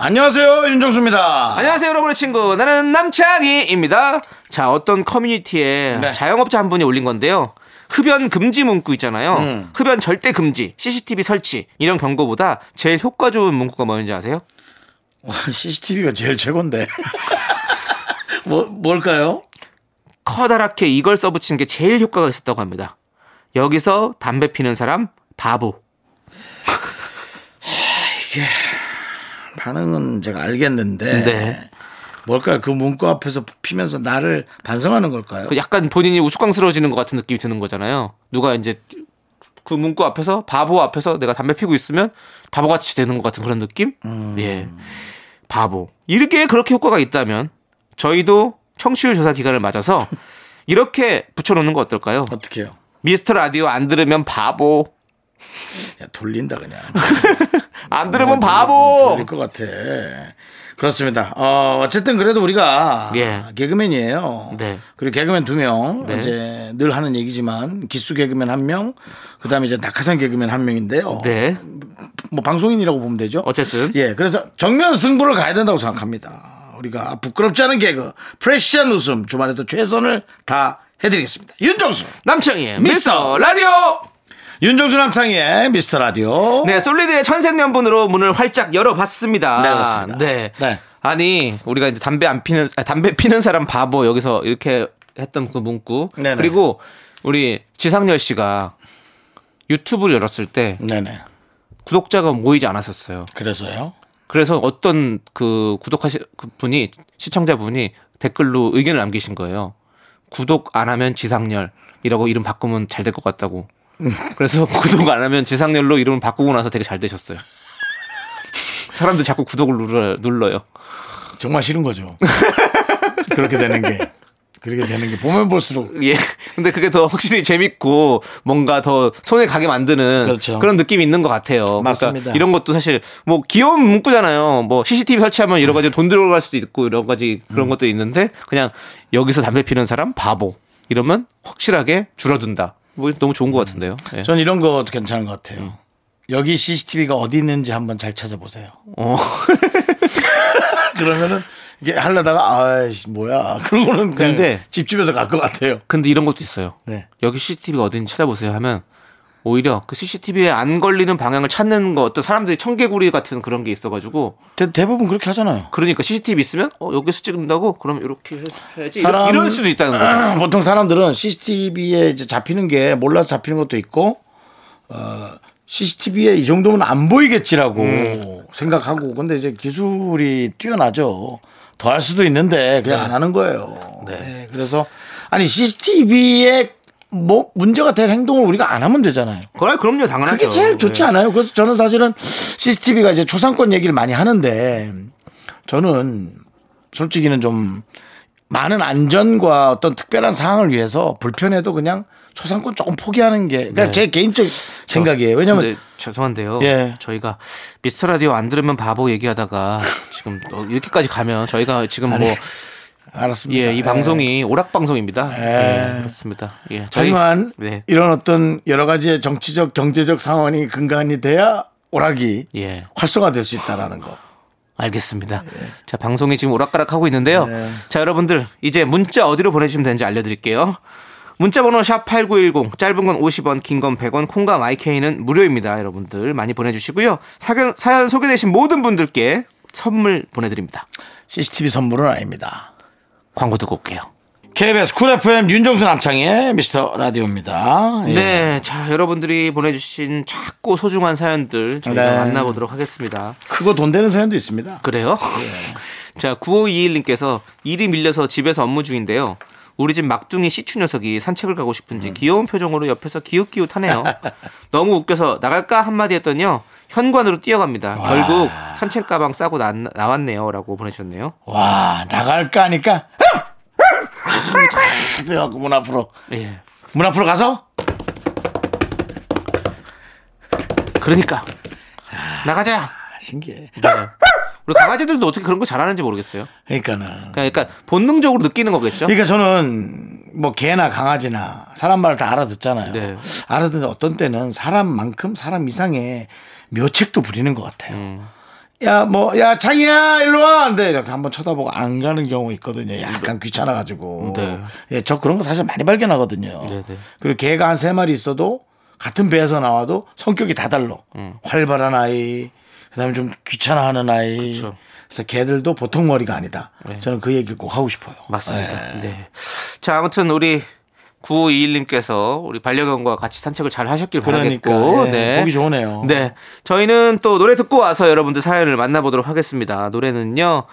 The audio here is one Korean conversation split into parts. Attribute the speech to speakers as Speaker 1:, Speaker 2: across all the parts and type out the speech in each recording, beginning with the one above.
Speaker 1: 안녕하세요 윤정수입니다.
Speaker 2: 안녕하세요, 여러분의 친구. 나는 남창희입니다. 자, 어떤 커뮤니티에
Speaker 1: 네.
Speaker 2: 자영업자 한 분이 올린 건데요. 흡연 금지 문구 있잖아요. 흡연 절대 금지, CCTV 설치 이런 경고보다 제일 효과 좋은 문구가 뭔지 아세요?
Speaker 1: 와, CCTV가 제일 최고인데. 뭐 뭘까요?
Speaker 2: 커다랗게 이걸 써붙이는 게 제일 효과가 있었다고 합니다. 여기서 담배 피는 사람 바보.
Speaker 1: 반응은 제가 알겠는데.
Speaker 2: 네.
Speaker 1: 뭘까요? 그 문구 앞에서 피면서 나를 반성하는 걸까요?
Speaker 2: 그 약간 본인이 우스꽝스러워지는 것 같은 느낌이 드는 거잖아요. 누가 이제 그 문구 앞에서 바보 앞에서 내가 담배 피고 있으면 바보같이 되는 것 같은 그런 느낌? 예. 바보. 이렇게 그렇게 효과가 있다면 저희도 청취율 조사 기간을 맞아서 이렇게 붙여놓는 거 어떨까요?
Speaker 1: 어떻게요?
Speaker 2: 미스터 라디오 안 들으면 바보.
Speaker 1: 야, 돌린다 그냥.
Speaker 2: 안 들으면
Speaker 1: 돌릴
Speaker 2: 바보.
Speaker 1: 것 같아. 그렇습니다. 어, 어쨌든 그래도 우리가
Speaker 2: 예.
Speaker 1: 개그맨이에요.
Speaker 2: 네.
Speaker 1: 그리고 개그맨 두 명.
Speaker 2: 네.
Speaker 1: 이제 늘 하는 얘기지만 기수 개그맨 한 명, 그다음에 이제 낙하산 개그맨 한 명인데요.
Speaker 2: 네.
Speaker 1: 뭐 방송인이라고 보면 되죠.
Speaker 2: 어쨌든.
Speaker 1: 예, 그래서 정면 승부를 가야 된다고 생각합니다. 우리가 부끄럽지 않은 개그, 프레시한 웃음 주말에도 최선을 다 해드리겠습니다. 윤정수,
Speaker 2: 남창희의
Speaker 1: 미스터
Speaker 2: 미스터 라디오.
Speaker 1: 윤정수 남창희의 미스터 라디오.
Speaker 2: 네, 솔리드의 천생연분으로 문을 활짝 열어봤습니다.
Speaker 1: 네, 그렇습니다.
Speaker 2: 네.
Speaker 1: 네.
Speaker 2: 아니, 우리가 이제 담배 안 피는, 아, 담배 피는 사람 바보 여기서 이렇게 했던 그 문구.
Speaker 1: 네네.
Speaker 2: 그리고 우리 지상열 씨가 유튜브를 열었을 때
Speaker 1: 네네.
Speaker 2: 구독자가 모이지 않았었어요.
Speaker 1: 그래서요.
Speaker 2: 그래서 어떤 그 구독하신 그 분이 시청자분이 댓글로 의견을 남기신 거예요. 구독 안 하면 지상렬이라고 이름 바꾸면 잘 될 것 같다고. 그래서 구독 안 하면 지상렬로 이름을 바꾸고 나서 되게 잘 되셨어요. 사람들 자꾸 구독을 눌러, 눌러요.
Speaker 1: 정말 싫은 거죠. 그렇게 되는 게. 그렇게 되는 게 보면 볼수록
Speaker 2: 예. 근데 그게 더 확실히 재밌고 뭔가 더 손에 가게 만드는
Speaker 1: 그렇죠.
Speaker 2: 그런 느낌이 있는 것 같아요. 그러니까
Speaker 1: 맞습니다.
Speaker 2: 이런 것도 사실 뭐 귀여운 문구잖아요. 뭐 CCTV 설치하면 여러 가지 돈 들어갈 수도 있고 여러 가지 그런
Speaker 1: 음.
Speaker 2: 것도 있는데 그냥 여기서 담배 피는 사람 바보 이러면 확실하게 줄어든다. 뭐 너무 좋은
Speaker 1: 음.
Speaker 2: 것 같은데요. 예. 음.
Speaker 1: 전 이런 것도 괜찮은 것 같아요. 여기 CCTV가 어디 있는지 한번 잘 찾아보세요.
Speaker 2: 어.
Speaker 1: 그러면은 이게 하려다가 아이씨 뭐야 그러고는 그냥
Speaker 2: 근데-
Speaker 1: 집집에서 갈 것 같아요.
Speaker 2: 근데 이런 것도 있어요.
Speaker 1: 네.
Speaker 2: 여기 CCTV가 어딘지 찾아보세요 하면 오히려 그 CCTV에 안 걸리는 방향을 찾는 거 어떤 사람들이 청개구리 같은 그런 게 있어가지고
Speaker 1: 대, 대부분 그렇게 하잖아요.
Speaker 2: 그러니까 CCTV 있으면 어 여기서 찍는다고 그럼 이렇게 해야지
Speaker 1: 사람-
Speaker 2: 이런, 이럴 수도 있다는 거죠.
Speaker 1: 보통 사람들은 CCTV에 이제 잡히는 게 몰라서 잡히는 것도 있고 어, CCTV에 이 정도면 안 보이겠지라고 생각하고 근데 이제 기술이 뛰어나죠. 더 할 수도 있는데 그냥 안 하는 거예요. 네, 그래서 아니 CCTV에 뭐 문제가 될 행동을 우리가 안 하면 되잖아요.
Speaker 2: 그래 그럼요 당연하죠.
Speaker 1: 그게 제일 좋지
Speaker 2: 네.
Speaker 1: 않아요? 그래서 저는 사실은 CCTV가 이제 초상권 얘기를 많이 하는데 저는 솔직히는 좀 많은 안전과 어떤 특별한 상황을 위해서 불편해도 그냥 초상권 조금 포기하는 게 그냥 제 개인적 생각이에요. 왜냐면
Speaker 2: 네. 근데 죄송한데요.
Speaker 1: 예.
Speaker 2: 저희가 미스터 라디오 안 들으면 바보 얘기하다가 지금 또 이렇게까지 가면 저희가 지금
Speaker 1: 알았습니다.
Speaker 2: 뭐 예 이
Speaker 1: 예.
Speaker 2: 방송이 오락 방송입니다.
Speaker 1: 예.
Speaker 2: 예. 그렇습니다. 예. 저희-
Speaker 1: 하지만
Speaker 2: 네.
Speaker 1: 이런 어떤 여러 가지의 정치적 경제적 상황이 근간이 돼야 오락이
Speaker 2: 예.
Speaker 1: 활성화될 수 있다라는 거.
Speaker 2: 알겠습니다.
Speaker 1: 예.
Speaker 2: 자, 방송이 지금 오락가락 하고 있는데요.
Speaker 1: 네.
Speaker 2: 자, 여러분들, 이제 문자 어디로 보내주시면 되는지 알려드릴게요. 문자번호 샵8910, 짧은 건 50원, 긴 건 100원, 콩과 마이케이는 무료입니다. 여러분들, 많이 보내주시고요. 사연, 사연 소개되신 모든 분들께 선물 보내드립니다.
Speaker 1: CCTV 선물은 아닙니다.
Speaker 2: 광고 듣고 올게요.
Speaker 1: KBS 쿨 FM 윤정수 남창희의 미스터 라디오입니다. 예.
Speaker 2: 네, 자, 여러분들이 보내주신 작고 소중한 사연들 저희가
Speaker 1: 네.
Speaker 2: 만나보도록 하겠습니다.
Speaker 1: 크고 돈 되는 사연도 있습니다.
Speaker 2: 그래요? 자, 9521님께서 일이 밀려서 집에서 업무 중인데요. 우리 집 막둥이 시추 녀석이 산책을 가고 싶은지 귀여운 표정으로 옆에서 기웃기웃하네요. 너무 웃겨서 나갈까 한마디 했더니요. 현관으로 뛰어갑니다. 결국 산책 가방 싸고 나, 나왔네요라고 보내주셨네요.
Speaker 1: 와 나갈까 하니까 그래갖고 문 앞으로
Speaker 2: 예.
Speaker 1: 문 앞으로 가서
Speaker 2: 그러니까 나가자.
Speaker 1: 아, 신기해.
Speaker 2: 우리 강아지들도 어떻게 그런 거 잘하는지 모르겠어요.
Speaker 1: 그러니까는
Speaker 2: 그냥 그러니까 본능적으로 느끼는 거겠죠.
Speaker 1: 그러니까 저는 뭐 개나 강아지나 사람 말을 다 알아듣잖아요.
Speaker 2: 네.
Speaker 1: 알아듣는데 어떤 때는 사람만큼 사람 이상의 묘책도 부리는 것 같아요.
Speaker 2: 음.
Speaker 1: 야, 뭐, 야, 창이야, 일로 와! 근데 이렇게 한번 쳐다보고 안 가는 경우 있거든요. 약간 귀찮아가지고.
Speaker 2: 네.
Speaker 1: 예, 저 그런 거 사실 많이 발견하거든요.
Speaker 2: 네, 네.
Speaker 1: 그리고 개가 한 세 마리 있어도 같은 배에서 나와도 성격이 다 달라.
Speaker 2: 음.
Speaker 1: 활발한 아이, 그 다음에 좀 귀찮아하는 아이.
Speaker 2: 그쵸. 네.
Speaker 1: 그래서 개들도 보통 머리가 아니다. 저는 그 얘기를 꼭 하고 싶어요.
Speaker 2: 맞습니다. 네. 자, 아무튼 우리 9521님께서 우리 반려견과 같이 산책을 잘 하셨길
Speaker 1: 그러니까,
Speaker 2: 바라겠고.
Speaker 1: 예, 보기 좋으네요.
Speaker 2: 네. 저희는 또 노래 듣고 와서 여러분들 사연을 만나보도록 하겠습니다. 노래는요.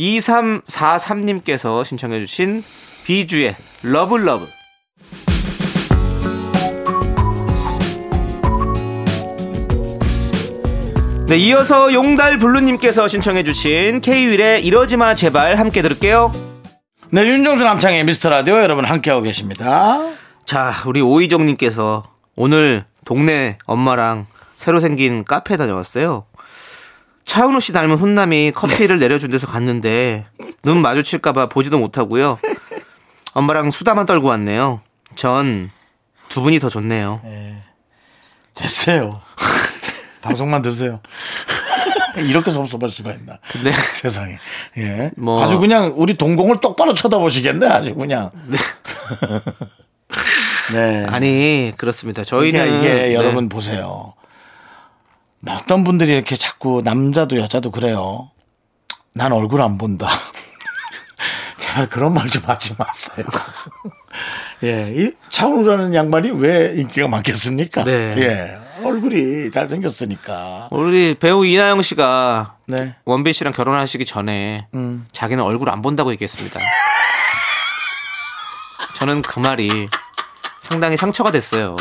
Speaker 2: 2343님께서 신청해 주신 비주의 러블러브. 네, 이어서 용달 블루님께서 신청해 주신 K-윌의 이러지마 제발 함께 들을게요.
Speaker 1: 네, 윤정수 남창의 미스터 라디오 여러분 함께하고 계십니다.
Speaker 2: 자, 우리 오이정님께서 오늘 동네 엄마랑 새로 생긴 카페 다녀왔어요. 차은우 씨 닮은 훈남이 커피를
Speaker 1: 네.
Speaker 2: 내려준 데서 갔는데 눈 마주칠까봐 보지도 못하고요. 엄마랑 수다만 떨고 왔네요. 전 두 분이 더 좋네요.
Speaker 1: 됐어요. 방송만 들으세요. 이렇게 섭섭할 수가 있나.
Speaker 2: 근데-
Speaker 1: 세상에. 예.
Speaker 2: 네. 뭐-
Speaker 1: 아주 그냥 우리 동공을 똑바로 쳐다보시겠네. 아주 그냥. 네.
Speaker 2: 아니 그렇습니다.
Speaker 1: 그러니까
Speaker 2: 저희는
Speaker 1: 이게
Speaker 2: 네.
Speaker 1: 여러분 보세요. 뭐 어떤 분들이 이렇게 자꾸 남자도 여자도 그래요. 난 얼굴 안 본다. 제발 그런 말 좀 하지 마세요. 예, 이 차은우라는 양반이 왜 인기가 많겠습니까?
Speaker 2: 네.
Speaker 1: 예, 얼굴이 잘 생겼으니까.
Speaker 2: 우리 배우 이나영 씨가
Speaker 1: 네.
Speaker 2: 원빈 씨랑 결혼하시기 전에 자기는 얼굴 안 본다고 얘기했습니다. 저는 그 말이 상당히 상처가 됐어요.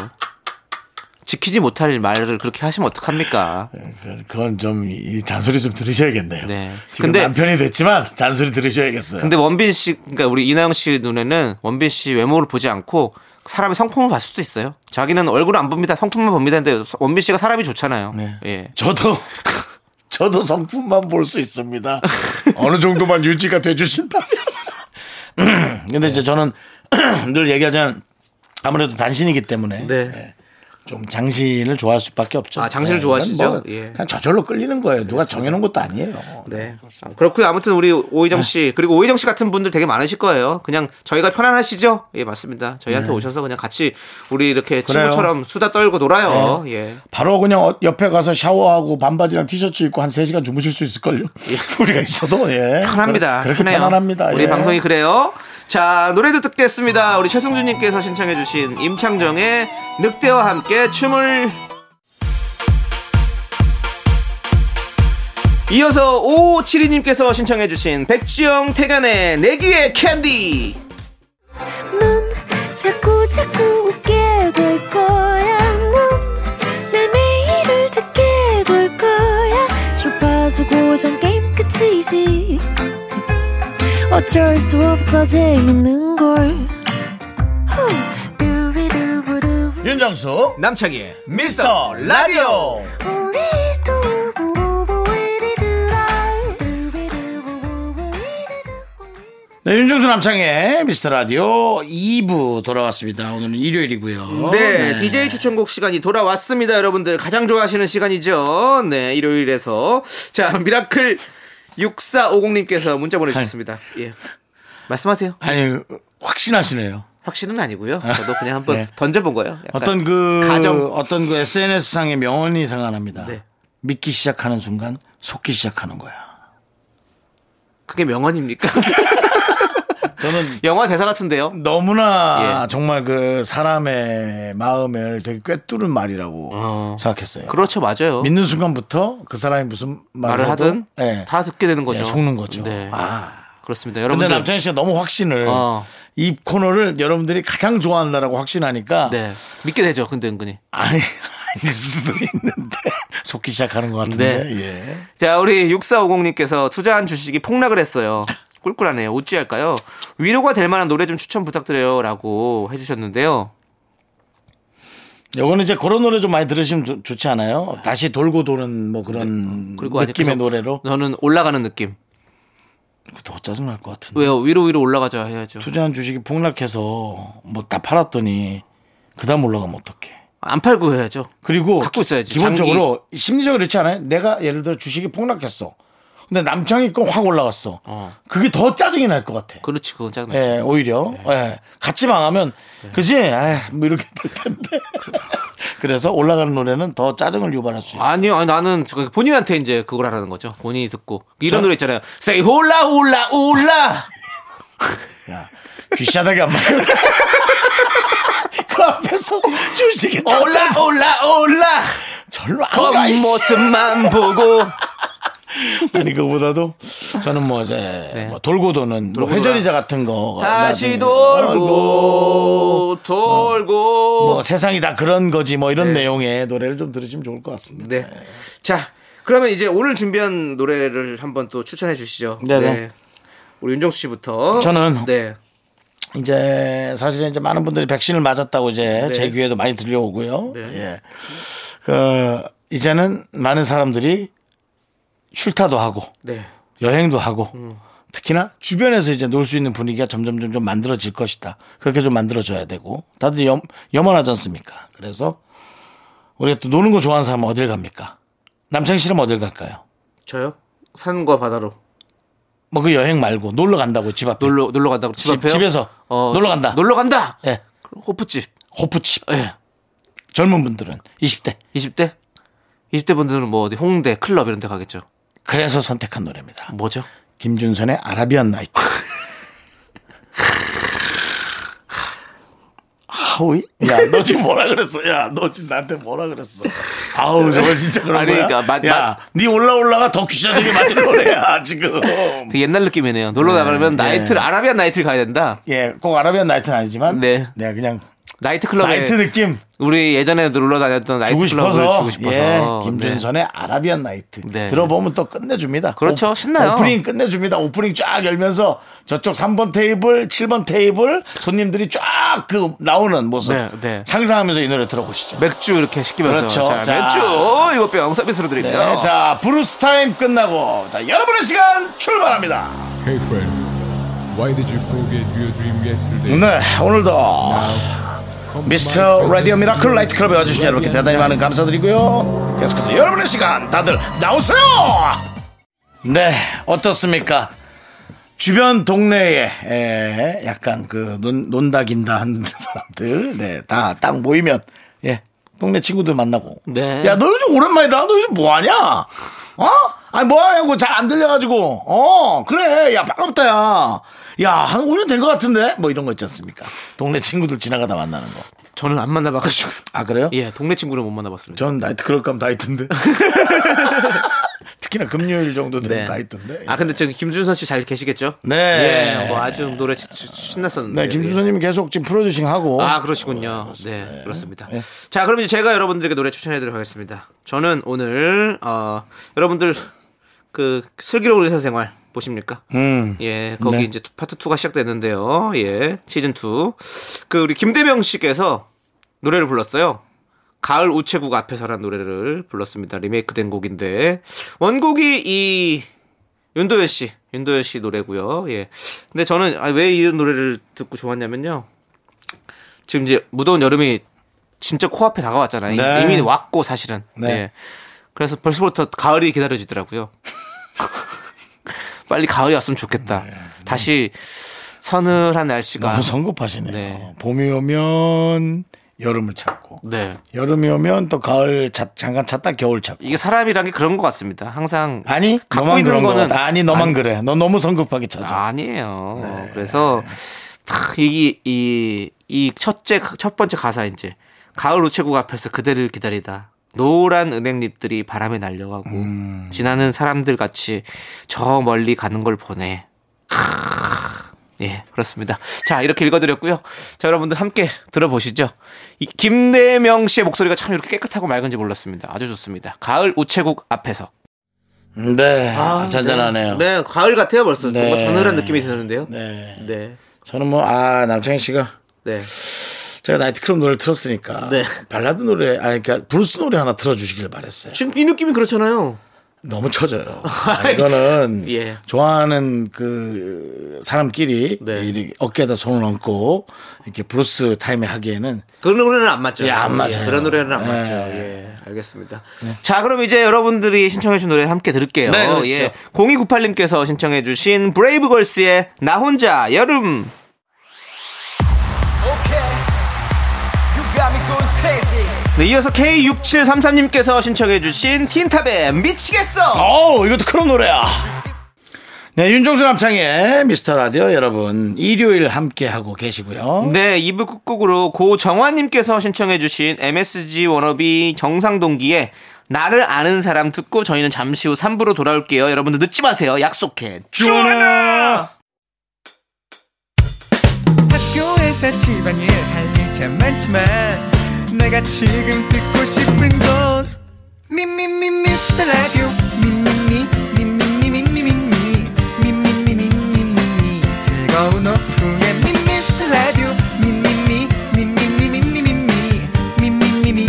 Speaker 2: 지키지 못할 말을 그렇게 하시면 어떡합니까?
Speaker 1: 그- 그건 좀 이 잔소리 좀 들으셔야겠네요.
Speaker 2: 네.
Speaker 1: 지금
Speaker 2: 근데-
Speaker 1: 남편이 됐지만 잔소리 들으셔야겠어요.
Speaker 2: 근데 원빈 씨, 그러니까 우리 이나영 씨 눈에는 원빈 씨 외모를 보지 않고 사람의 성품을 봤을 수도 있어요. 자기는 얼굴 안 봅니다. 성품만 봅니다. 근데 원빈 씨가 사람이 좋잖아요.
Speaker 1: 네.
Speaker 2: 예.
Speaker 1: 저도 저도 성품만 볼 수 있습니다. 어느 정도만 유지가 돼 주신다면. 근데 이제 저는 늘 얘기하자면 아무래도 단신이기 때문에
Speaker 2: 네.
Speaker 1: 예, 좀 장신을 좋아할 수밖에 없죠.
Speaker 2: 아, 장신을
Speaker 1: 예, 그건
Speaker 2: 좋아하시죠?
Speaker 1: 뭐
Speaker 2: 예.
Speaker 1: 그냥 저절로 끌리는 거예요. 누가 정해놓은 것도 아니에요.
Speaker 2: 네. 아, 그렇고요. 아무튼 우리 오희정
Speaker 1: 네.
Speaker 2: 씨 그리고 오희정 씨 같은 분들 되게 많으실 거예요. 그냥 저희가 편안하시죠? 예, 맞습니다. 저희한테 오셔서 그냥 같이 우리 이렇게
Speaker 1: 네. 그래요. 네.
Speaker 2: 친구처럼 수다 떨고 놀아요. 예.
Speaker 1: 바로 그냥 어- 옆에 가서 샤워하고 반바지랑 티셔츠 입고 한 3시간 주무실 수 있을걸요? 우리가 있어도, 예.
Speaker 2: 편합니다.
Speaker 1: 그렇게
Speaker 2: 편해요.
Speaker 1: 편안합니다.
Speaker 2: 우리
Speaker 1: 예.
Speaker 2: 방송이 그래요. 자, 노래도 듣겠습니다. 우리 최승준 님께서 신청해 주신 임창정의 늑대와 함께 춤을 이어서 5572님께서 신청해 주신 백지영 태간의 내귀의 캔디
Speaker 3: 넌 자꾸 자꾸 웃게 될 거야. 넌내 매일을 듣게 될 거야. 주파수 고정 게임 끝이지. 어쩔 수 없어 재밌는 걸. 후. 두비두부두.
Speaker 1: 윤정수,
Speaker 2: 어? 남창희의
Speaker 1: 미스터 라디오.
Speaker 3: 우리 두부부부 우리 두라. 두비두부부부 우리 두부부.
Speaker 1: 네, 윤정수 남창의 미스터 라디오 2부 돌아왔습니다. 오늘은 일요일이고요.
Speaker 2: 네, DJ 추천곡 시간이 돌아왔습니다, 여러분들. 가장 좋아하시는 시간이죠. 네, 일요일에서. 자, 미라클 6450님께서 문자 보내주셨습니다.
Speaker 1: 네.
Speaker 2: 예. 말씀하세요.
Speaker 1: 아니, 확신하시네요.
Speaker 2: 확신은 아니고요. 저도 그냥 한번
Speaker 1: 네.
Speaker 2: 던져본 거예요. 약간.
Speaker 1: 어떤 그,
Speaker 2: 가정.
Speaker 1: 어떤 그 SNS상의 명언이 생각납니다.
Speaker 2: 네.
Speaker 1: 믿기 시작하는 순간 속기 시작하는 거야.
Speaker 2: 그게 명언입니까?
Speaker 1: 저는
Speaker 2: 영화 대사 같은데요.
Speaker 1: 너무나
Speaker 2: 예.
Speaker 1: 정말 그 사람의 마음을 되게 꿰뚫은 말이라고
Speaker 2: 어.
Speaker 1: 생각했어요.
Speaker 2: 그렇죠, 맞아요.
Speaker 1: 믿는 순간부터 그 사람이 무슨 말을,
Speaker 2: 말을 하든
Speaker 1: 예.
Speaker 2: 다 듣게 되는 거죠.
Speaker 1: 예, 속는 거죠.
Speaker 2: 네.
Speaker 1: 아.
Speaker 2: 그렇습니다,
Speaker 1: 근데
Speaker 2: 여러분들.
Speaker 1: 남창희 씨가 너무 확신을
Speaker 2: 어.
Speaker 1: 이 코너를 여러분들이 가장 좋아한다라고 확신하니까
Speaker 2: 네. 믿게 되죠. 근데 은근히.
Speaker 1: 아니 아닐 수도 있는데 속기 시작하는 것 같은데
Speaker 2: 네.
Speaker 1: 예.
Speaker 2: 자, 우리 6450님께서 투자한 주식이 폭락을 했어요. 꿀꿀하네요. 어찌할까요? 위로가 될 만한 노래 좀 추천 부탁드려요. 라고 해주셨는데요.
Speaker 1: 요거는 이제 그런 노래 좀 많이 들으시면 좋- 좋지 않아요? 다시 돌고 도는 뭐 그런
Speaker 2: 네. 그리고 아직
Speaker 1: 느낌의
Speaker 2: 계속
Speaker 1: 노래로
Speaker 2: 저는 올라가는 느낌.
Speaker 1: 더 짜증 날 것 같은데
Speaker 2: 네. 왜요? 위로 위로 올라가자 해야죠.
Speaker 1: 투자한 주식이 폭락해서 뭐 다 팔았더니 그다음 올라가면 어떡해?
Speaker 2: 안 팔고 해야죠.
Speaker 1: 그리고
Speaker 2: 갖고 있어야지,
Speaker 1: 기본적으로 심리적으로 그렇지 않아요? 내가 예를 들어 주식이 폭락했어. 근데 남창이 건 확 올라갔어.
Speaker 2: 어.
Speaker 1: 그게 더 짜증이 날 것 같아.
Speaker 2: 그렇지. 그건 짜증나지.
Speaker 1: 예, 오히려
Speaker 2: 네.
Speaker 1: 예. 같이 망하면 그지? 아, 뭐 이렇게 될 텐데. 그래서 올라가는 노래는 더 짜증을 유발할 수 있어.
Speaker 2: 아니요, 아니, 나는 그 본인한테 이제 그걸 하라는 거죠. 본인이 듣고 이런 노래 있잖아요. Say 홀라 홀라 홀라. 아.
Speaker 1: 야, 귀시하다게 안 맞아. 그 앞에서 주식이 다
Speaker 2: 올라 올라 올라 뭐
Speaker 1: 절로 안 가. 이씨.
Speaker 2: 겉모습만 보고
Speaker 1: 아니 그거보다도 저는 뭐 이제 뭐 돌고 도는 뭐
Speaker 2: 네. 돌고
Speaker 1: 회전이자 같은 거
Speaker 2: 다시
Speaker 1: 어, 나중에
Speaker 2: 돌고 돌고
Speaker 1: 뭐 세상이 다 그런 거지 뭐 이런 내용의 노래를 좀 들으시면 좋을 것 같습니다.
Speaker 2: 네. 자, 그러면 이제 오늘 준비한 노래를 한번 또 추천해 주시죠.
Speaker 1: 네네.
Speaker 2: 우리 윤정수 씨부터.
Speaker 1: 저는-
Speaker 2: 네.
Speaker 1: 이제 사실은 이제 많은 분들이 백신을 맞았다고 이제
Speaker 2: 네.
Speaker 1: 제 귀에도 많이 들려오고요.
Speaker 2: 네.
Speaker 1: 예. 그 이제는 많은 사람들이 쉴타도 하고
Speaker 2: 네.
Speaker 1: 여행도 하고
Speaker 2: 음.
Speaker 1: 특히나 주변에서 이제 놀 수 있는 분위기가 점점 점점 만들어질 것이다. 그렇게 좀 만들어져야 되고 다들 염, 염원하지 않습니까? 그래서 우리가 또 노는 거 좋아하는 사람은 어딜 갑니까? 남창희 씨는 어딜 갈까요?
Speaker 2: 저요? 산과 바다로
Speaker 1: 뭐 그 여행 말고 놀러 간다고 집 앞에
Speaker 2: 놀러 놀러 간다고 집
Speaker 1: 집-
Speaker 2: 앞에요?
Speaker 1: 집에서
Speaker 2: 어,
Speaker 1: 놀러
Speaker 2: 집-
Speaker 1: 간다.
Speaker 2: 놀러 간다.
Speaker 1: 예.
Speaker 2: 그럼 호프집.
Speaker 1: 호프집
Speaker 2: 예.
Speaker 1: 젊은 분들은 20대
Speaker 2: 20대? 20대 분들은 뭐 어디 홍대, 클럽 이런 데 가겠죠.
Speaker 1: 그래서 선택한 노래입니다.
Speaker 2: 뭐죠?
Speaker 1: 김준선의 아라비안 나이트. 아우이? 야, 너 지금 뭐라 그랬어? 야, 너 지금 나한테 뭐라 그랬어? 아우, 저거 진짜 그런
Speaker 2: 아니,
Speaker 1: 거야?
Speaker 2: 그러니까 맛-
Speaker 1: 야, 네 올라 올라가 더 귀찮게 맞은 노래야 지금.
Speaker 2: 되게 옛날 느낌이네요. 놀러 나가려면 나이트를 아라비안 나이트를 가야 된다.
Speaker 1: 예, 꼭 아라비안 나이트는 아니지만,
Speaker 2: 네.
Speaker 1: 내가 그냥
Speaker 2: 나이트 클럽에
Speaker 1: 나이트 느낌
Speaker 2: 우리 예전에 놀러 다녔던 나이트
Speaker 1: 주고
Speaker 2: 클럽을
Speaker 1: 싶어서,
Speaker 2: 주고 싶어서.
Speaker 1: 예,
Speaker 2: 네.
Speaker 1: 김준선의 아라비안 나이트
Speaker 2: 네.
Speaker 1: 들어보면 또 끝내줍니다.
Speaker 2: 그렇죠.
Speaker 1: 오-
Speaker 2: 신나요.
Speaker 1: 오프닝 끝내줍니다. 오프닝 쫙 열면서 저쪽 3번 테이블, 7번 테이블 손님들이 쫙 그 나오는 모습
Speaker 2: 네, 네.
Speaker 1: 상상하면서 이 노래 들어보시죠.
Speaker 2: 맥주 이렇게 시키면서
Speaker 1: 그렇죠.
Speaker 2: 자,
Speaker 1: 자.
Speaker 2: 맥주 이거 병 서비스로
Speaker 1: 네,
Speaker 2: 드립니다.
Speaker 1: 자 브루스 타임 끝나고 자 여러분의 시간 출발합니다.
Speaker 4: Hey friend, why did you forget your dream yesterday?
Speaker 1: 네, 오늘도 미스터 라디오 미라클 라이트 클럽에 와주신 여러분께 대단히 많은 감사드리고요. 계속해서 여러분의 시간 다들 나오세요. 네, 어떻습니까? 주변 동네에 에, 약간 그 논, 논다 긴다 하는 사람들, 네, 다 딱 모이면 예, 동네 친구들 만나고.
Speaker 2: 네.
Speaker 1: 야, 너 요즘 오랜만이다. 너 요즘 뭐 하냐? 어? 아니 뭐 하냐고 잘 안 들려가지고. 어, 그래. 야, 반갑다 야. 야, 한 5년 된 것 같은데? 뭐 이런 거 있지 않습니까? 동네 친구들 지나가다 만나는 거.
Speaker 2: 저는 안 만나봐가지고.
Speaker 1: 아 그래요?
Speaker 2: 예, 동네 친구를 못 만나봤습니다.
Speaker 1: 전 나이트 그럴 거면 나이트인데. 특히나 금요일 정도 되면 나이트인데. 예.
Speaker 2: 아 근데 지금 김준선 씨 잘 계시겠죠?
Speaker 1: 네.
Speaker 2: 예, 뭐 아주 노래 치- 치- 신났었는데.
Speaker 1: 네, 김준서님이 계속 지금 프로듀싱 하고.
Speaker 2: 아 그러시군요. 네, 그렇습니다. 자 그럼 이제 제가 여러분들에게 노래 추천해드리겠습니다. 저는 오늘 어, 여러분들 그 슬기로운 의사 생활 보십니까?
Speaker 1: 음.
Speaker 2: 예, 거기
Speaker 1: 네.
Speaker 2: 이제 파트 2가 시작됐는데요. 예, 시즌 2. 그 우리 김대명 씨께서 노래를 불렀어요. 가을 우체국 앞에서란 노래를 불렀습니다. 리메이크된 곡인데 원곡이 이 윤도현 씨, 윤도현 씨 노래고요. 예. 근데 저는 아, 왜 이런 노래를 듣고 좋았냐면요. 지금 이제 무더운 여름이 진짜 코앞에 다가왔잖아요.
Speaker 1: 네.
Speaker 2: 이미 왔고 사실은.
Speaker 1: 네.
Speaker 2: 예. 그래서 벌써부터 가을이 기다려지더라고요. 빨리 가을이 왔으면 좋겠다. 다시 서늘한 날씨가
Speaker 1: 네. 너무 성급하시네요.
Speaker 2: 아. 네.
Speaker 1: 봄이 오면 여름을 찾고.
Speaker 2: 네.
Speaker 1: 여름이 오면 또 가을 찾- 잠깐 찾다 겨울 찾고.
Speaker 2: 이게 사람이란 게 그런 것 같습니다. 항상
Speaker 1: 아니,
Speaker 2: 갖고
Speaker 1: 너만
Speaker 2: 있는
Speaker 1: 그런 거
Speaker 2: 거는-
Speaker 1: 같아. 아니, 너만 그래. 너 너무 성급하게 찾아.
Speaker 2: 아니에요. 그래서 탁, 이게 이, 이 첫째 첫 번째 가사 이제 가을 우체국 앞에서 그대를 기다리다. 노란 은행잎들이 바람에 날려가고 음. 지나는 사람들 같이 저 멀리 가는 걸 보네. 예, 그렇습니다. 자, 이렇게 읽어드렸고요. 자, 여러분들 함께 들어보시죠. 이 김대명 씨의 목소리가 참 이렇게 깨끗하고 맑은지 몰랐습니다. 아주 좋습니다. 가을 우체국 앞에서.
Speaker 1: 네. 잔잔하네요.
Speaker 2: 네, 네, 가을 같아요 벌써.
Speaker 1: 네.
Speaker 2: 뭔가 서늘한 느낌이 드는데요. 네.
Speaker 1: 네.
Speaker 2: 네.
Speaker 1: 저는 뭐, 아, 남창희 씨가 제가 나이트클럽 노래를 틀었으니까
Speaker 2: 네.
Speaker 1: 발라드 노래 아니 그러니까 브루스 노래 하나 틀어주시길 바랬어요.
Speaker 2: 지금 이 느낌이 그렇잖아요.
Speaker 1: 너무 처져요. 이거는
Speaker 2: 아, 예.
Speaker 1: 좋아하는 그 사람끼리
Speaker 2: 네.
Speaker 1: 이렇게 어깨에다 손을 얹고 이렇게 브루스 타임에 하기에는
Speaker 2: 그런 노래는 안 맞죠.
Speaker 1: 예, 안 맞아요.
Speaker 2: 그런 노래는 안
Speaker 1: 예.
Speaker 2: 맞죠. 예, 알겠습니다. 자, 그럼 이제 여러분들이 신청해주신 노래 함께 들을게요.
Speaker 1: 네, 그러시죠.
Speaker 2: 예, 0298님께서 신청해주신 브레이브걸스의 나 혼자 여름. 네, 이어서 K6733님께서 신청해주신 틴탑의 미치겠어.
Speaker 1: 어 이것도 그런 노래야. 네 윤종수 남창의 미스터 라디오 여러분 일요일 함께 하고 계시고요.
Speaker 2: 네, 2부 끝곡으로 고정환님께서 신청해주신 MSG 워너비 정상동기의 나를 아는 사람 듣고 저희는 잠시 후 3부로 돌아올게요. 여러분들 늦지 마세요. 약속해. 주원아!
Speaker 5: 학교에서 집안일 할 일 참 많지만 내가 지금 듣고 싶은 건 미미미 미스터 라디오 미미미 미미미 미미미 미미미 미미미 즐거운 오후에 미스터 라디오 미미미 미미미 미미미 미미미 미미미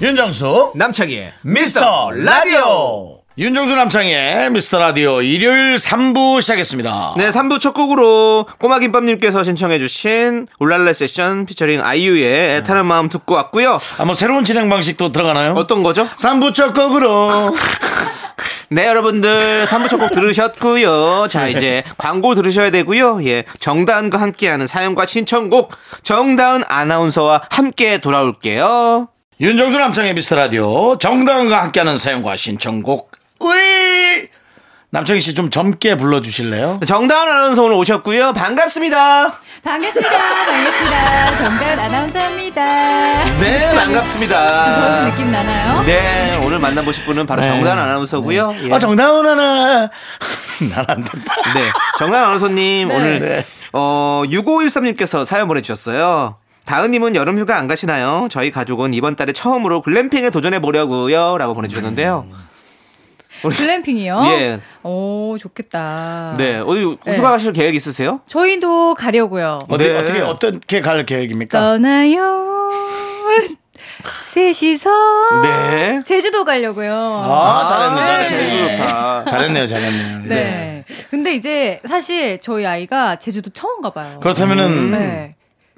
Speaker 1: 윤정수
Speaker 2: 남창희의
Speaker 1: 미스터 라디오 윤정수 남창의 미스터 라디오 일요일 3부 시작했습니다.
Speaker 2: 네, 3부 첫 곡으로 꼬마김밥님께서 신청해주신 울랄라 세션 피처링 아이유의 애타는 마음 듣고 왔고요.
Speaker 1: 아, 뭐 새로운 진행 방식도 들어가나요?
Speaker 2: 어떤 거죠?
Speaker 1: 3부 첫 곡으로
Speaker 2: 네, 여러분들 3부 첫 곡 들으셨고요. 자, 이제 광고 들으셔야 되고요. 예. 정다은과 함께하는 사연과 신청곡 정다은 아나운서와 함께 돌아올게요.
Speaker 1: 윤정수 남창의 미스터 라디오 정다은과 함께하는 사연과 신청곡 으이 남창희 씨 좀 젊게 불러주실래요?
Speaker 2: 정다은 아나운서 오늘 오셨고요. 반갑습니다.
Speaker 6: 반갑습니다. 반갑습니다. 정다은 아나운서입니다.
Speaker 2: 네,
Speaker 6: 저는
Speaker 2: 반갑습니다.
Speaker 6: 느낌 나나요?
Speaker 2: 네, 오늘 만나보실 분은 바로
Speaker 1: 네.
Speaker 2: 정다은 아나운서고요. 예.
Speaker 1: 아 정다은 하나 난안 된다.
Speaker 2: 네. 정다은 아나운서님 오늘
Speaker 1: 네.
Speaker 2: 어 6513님께서 사연 보내주셨어요. 다은님은 여름 휴가 안 가시나요? 저희 가족은 이번 달에 처음으로 글램핑에 도전해 보려고요라고 보내주셨는데요.
Speaker 6: 글램핑이요?
Speaker 2: 예.
Speaker 6: 오, 좋겠다.
Speaker 2: 네. 어디
Speaker 6: 네.
Speaker 2: 휴가 가실 계획 있으세요?
Speaker 6: 저희도 가려고요.
Speaker 1: 어디
Speaker 2: 네.
Speaker 1: 어떻게 어떻게 갈 계획입니까?
Speaker 6: 떠나요. 셋이서.
Speaker 2: 네.
Speaker 6: 제주도 가려고요.
Speaker 1: 아 잘했네
Speaker 2: 제주도
Speaker 1: 잘했네
Speaker 2: 좋다.
Speaker 1: 잘했네요 잘했네요. 네.
Speaker 6: 네. 근데 이제 사실 저희 아이가 제주도 처음 가봐요.
Speaker 1: 그렇다면은
Speaker 6: 네.
Speaker 2: 음.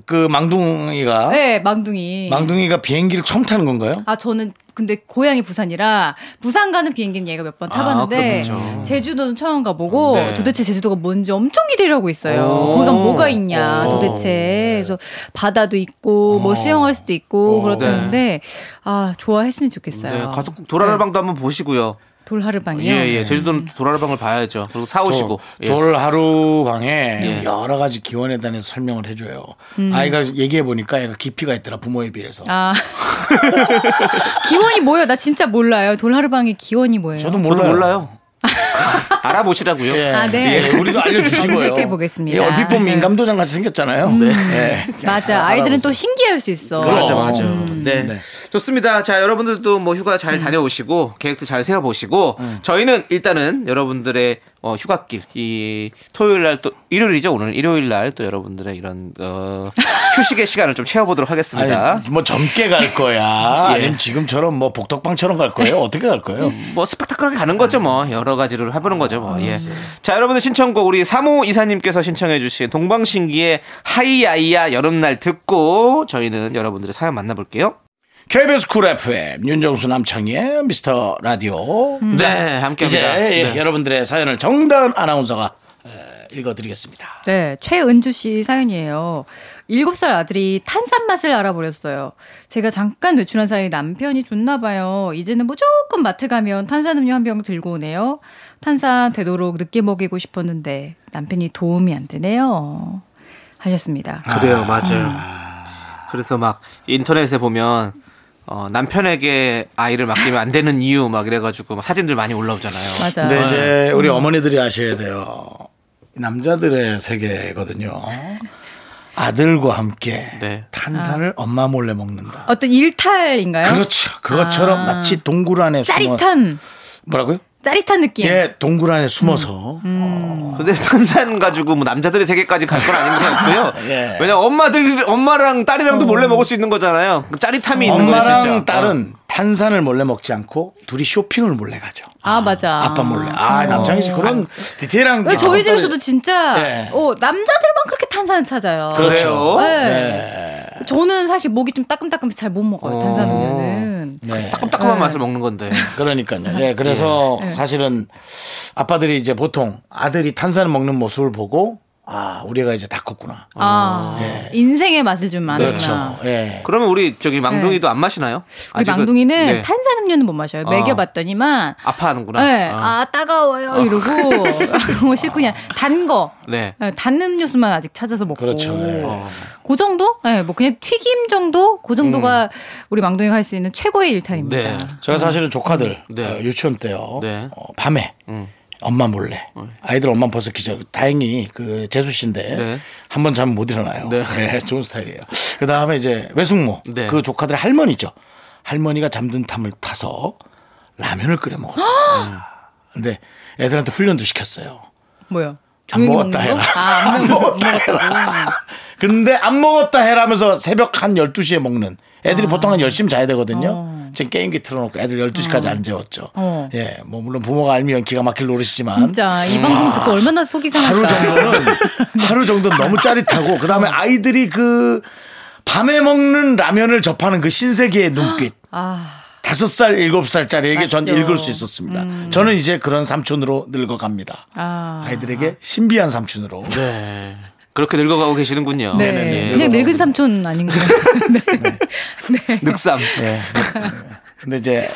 Speaker 1: 그 망둥이가
Speaker 6: 네, 망둥이.
Speaker 1: 망둥이가 비행기를 처음 타는 건가요?
Speaker 6: 아 저는 근데 고향이 부산이라 부산 가는 비행기는 얘가 몇 번 타봤는데
Speaker 2: 아, 그렇군요.
Speaker 6: 제주도는 처음 가보고
Speaker 2: 네.
Speaker 6: 도대체 제주도가 뭔지 엄청 기대를 하고 있어요.
Speaker 2: 오.
Speaker 6: 거기가 뭐가 있냐
Speaker 2: 오.
Speaker 6: 도대체 그래서 바다도 있고 뭐 수영할 수도 있고 그렇다는데 아 좋아했으면 좋겠어요.
Speaker 2: 네, 가서 꼭 도라라방도 한번 보시고요.
Speaker 6: 돌하르방이요. 네.
Speaker 2: 예, 예. 제주도는 도라라방을 봐야죠. 그리고 사오시고. 예.
Speaker 1: 어, 돌하루방에
Speaker 2: 예.
Speaker 1: 여러 가지 기원에 대해서 설명을 해줘요. 아이가 얘기해 보니까 애가 깊이가 있더라 부모에 비해서.
Speaker 6: 음. 아 기원이 뭐예요? 나 진짜 몰라요. 돌하르방의 기원이 뭐예요?
Speaker 1: 저도
Speaker 2: 저도
Speaker 1: 몰라요.
Speaker 2: 몰라요. 알아보시라고요. 어.
Speaker 1: 예.
Speaker 6: 네. 아, 네.
Speaker 1: 예, 우리도 알려주시고요.
Speaker 6: 검색해 보겠습니다.
Speaker 1: 예, 얼핏 보면
Speaker 6: 네. 음.
Speaker 1: 인감도장 같이 생겼잖아요. 예.
Speaker 6: 맞아. 아이들은 또 신기할 수 있어.
Speaker 1: 그럼.
Speaker 2: 맞아,
Speaker 1: 어.
Speaker 2: 맞아. 네.
Speaker 1: 네.
Speaker 2: 좋습니다. 자, 여러분들도 뭐 휴가
Speaker 6: 음.
Speaker 2: 잘 다녀오시고, 계획도 잘 세워보시고, 저희는 일단은 여러분들의 어, 휴가길, 이 토요일 날 또, 일요일이죠? 오늘 일요일 날 또 여러분들의 이런, 어, 휴식의 시간을 좀 채워보도록 하겠습니다.
Speaker 1: 아니, 뭐 젊게 갈 거야.
Speaker 2: 예.
Speaker 1: 아니면 지금처럼 뭐 복덕방처럼 갈 거예요. 어떻게 갈 거예요?
Speaker 2: 뭐 스펙타클하게 가는 거죠 뭐 여러 가지를 해보는 거죠 뭐 예. 자 여러분들 신청곡 우리 3호 이사님께서 신청해 주신 동방신기의 하이야이야 여름날 듣고 저희는 여러분들의 사연 만나볼게요
Speaker 1: KBS 쿨 FM 윤정수 남창희의 미스터 라디오.
Speaker 2: 네 함께합니다
Speaker 1: 이제 예,
Speaker 2: 네.
Speaker 1: 여러분들의 사연을 정다은 아나운서가 에, 읽어드리겠습니다.
Speaker 6: 네, 최은주 씨 사연이에요. 7살 아들이 탄산 맛을 알아버렸어요. 제가 잠깐 외출한 사이 남편이 줬나 봐요. 이제는 무조건 마트 가면 탄산음료 한 병 들고 오네요. 탄산 되도록 늦게 먹이고 싶었는데 남편이 도움이 안 되네요. 하셨습니다.
Speaker 2: 그래요, 맞아요. 그래서 막 인터넷에 보면 어, 남편에게 아이를 맡기면 안 되는 이유 막 이래가지고 막 사진들 많이 올라오잖아요.
Speaker 6: 맞아요.
Speaker 1: 근데 이제 우리 어머니들이 아셔야 돼요. 남자들의 세계거든요. 아들과 함께
Speaker 2: 네.
Speaker 1: 탄산을
Speaker 6: 아.
Speaker 1: 엄마 몰래 먹는다.
Speaker 6: 어떤 일탈인가요?
Speaker 1: 그렇죠. 그것처럼
Speaker 6: 네? 아.
Speaker 1: 마치 동굴 안에 숨어
Speaker 6: 짜릿한
Speaker 1: 뭐라고요?
Speaker 6: 짜릿한 느낌.
Speaker 1: 예, 동굴 안에 숨어서
Speaker 6: 음.
Speaker 2: 근데 탄산 가지고 뭐 남자들의 세계까지 갈 건 아닌 것 같고요.
Speaker 1: 예.
Speaker 2: 왜냐 엄마들 엄마랑 딸이랑도 몰래 먹을 수 있는 거잖아요. 그 짜릿함이 어. 있는 거죠.
Speaker 1: 엄마랑 딸은 탄산을 몰래 먹지 않고 둘이 쇼핑을 몰래 가죠.
Speaker 6: 아 맞아.
Speaker 1: 아빠 몰래. 아,
Speaker 6: 어. 아.
Speaker 1: 남창희 씨 그런 디테일한
Speaker 6: 왜
Speaker 1: 게
Speaker 6: 저희
Speaker 1: 있어요.
Speaker 6: 집에서도 진짜
Speaker 1: 네.
Speaker 6: 어, 남자들만 그렇게 탄산 찾아요.
Speaker 2: 그렇죠.
Speaker 6: 네. 저는 사실 목이 좀 따끔따끔 잘 못 먹어요. 탄산 음료는.
Speaker 1: 네.
Speaker 2: 따끔따끔한 맛을 먹는 건데.
Speaker 1: 그러니까요. 예, 그래서 사실은 아빠들이 이제 보통 아들이 탄산을 먹는 모습을 보고 아, 우리가 이제 다 컸구나.
Speaker 6: 아 인생의 맛을 좀 아는구나.
Speaker 1: 어. 그렇죠. 예.
Speaker 2: 그러면 우리 저기 망둥이도 안 마시나요?
Speaker 6: 네. 우리
Speaker 2: 아직은-
Speaker 6: 망둥이는
Speaker 2: 네.
Speaker 6: 탄산 음료는 못 마셔요.
Speaker 2: 아.
Speaker 6: 먹여봤더니만
Speaker 2: 아파하는구나.
Speaker 6: 네.
Speaker 2: 아.
Speaker 6: 아, 따가워요 이러고 뭐 싫고 그냥 단 거.
Speaker 2: 네.
Speaker 6: 네, 단 음료수만 아직 찾아서 먹고.
Speaker 1: 그렇죠. 예.
Speaker 6: 그 정도? 네, 뭐 그냥 튀김 정도? 그 정도가 우리 망둥이가 할 수 있는 최고의 일탈입니다.
Speaker 2: 네.
Speaker 1: 제가 사실은 조카들
Speaker 2: 네.
Speaker 1: 어, 유치원 때요.
Speaker 2: 네. 어.
Speaker 1: 어, 밤에 엄마 몰래 아이들 엄마 벌써 기절. 다행히 그 재수 씨인데
Speaker 2: 네.
Speaker 1: 한 번 자면 못 일어나요.
Speaker 2: 네.
Speaker 1: 네, 좋은 스타일이에요. 그 다음에 이제 외숙모
Speaker 2: 네.
Speaker 1: 그 조카들 할머니죠. 할머니가 잠든 탐을 타서 라면을 끓여
Speaker 2: 아!
Speaker 1: 먹었어요. 음. 근데 애들한테 훈련도 시켰어요.
Speaker 6: 뭐요?
Speaker 1: 안
Speaker 6: 조용히
Speaker 1: 먹었다
Speaker 6: 먹는 거?
Speaker 1: 해라.
Speaker 6: 아, 안 먹었다 해라.
Speaker 1: 근데 안 먹었다 해라면서 새벽 한 12시에 먹는
Speaker 6: 아.
Speaker 1: 애들이 보통 한 10시면 자야 되거든요. 지금 게임기 틀어놓고 애들 12시까지 안 재웠죠.
Speaker 6: 어.
Speaker 1: 예, 뭐 물론 부모가 알면 기가 막힐 노릇이지만
Speaker 6: 진짜 그러니까. 이 방송 듣고 얼마나 속이
Speaker 1: 하루
Speaker 6: 상할까. 어.
Speaker 1: 정도는 하루 정도는 너무 짜릿하고 그다음에 아이들이 그 밤에 먹는 라면을 접하는 그 신세계의 눈빛.
Speaker 6: 아,
Speaker 1: 다섯 살, 일곱 살짜리에게 전
Speaker 6: 맛있죠. 음.
Speaker 1: 읽을 수 있었습니다. 저는 이제 그런 삼촌으로 늙어갑니다.
Speaker 6: 아.
Speaker 1: 아이들에게 신비한 삼촌으로.
Speaker 2: 네. 그렇게 늙어가고 계시는군요.
Speaker 6: 네. 그냥 늙은 삼촌 아닌가요? 네. 네.
Speaker 2: 늑삼.
Speaker 1: 예. 근데 이제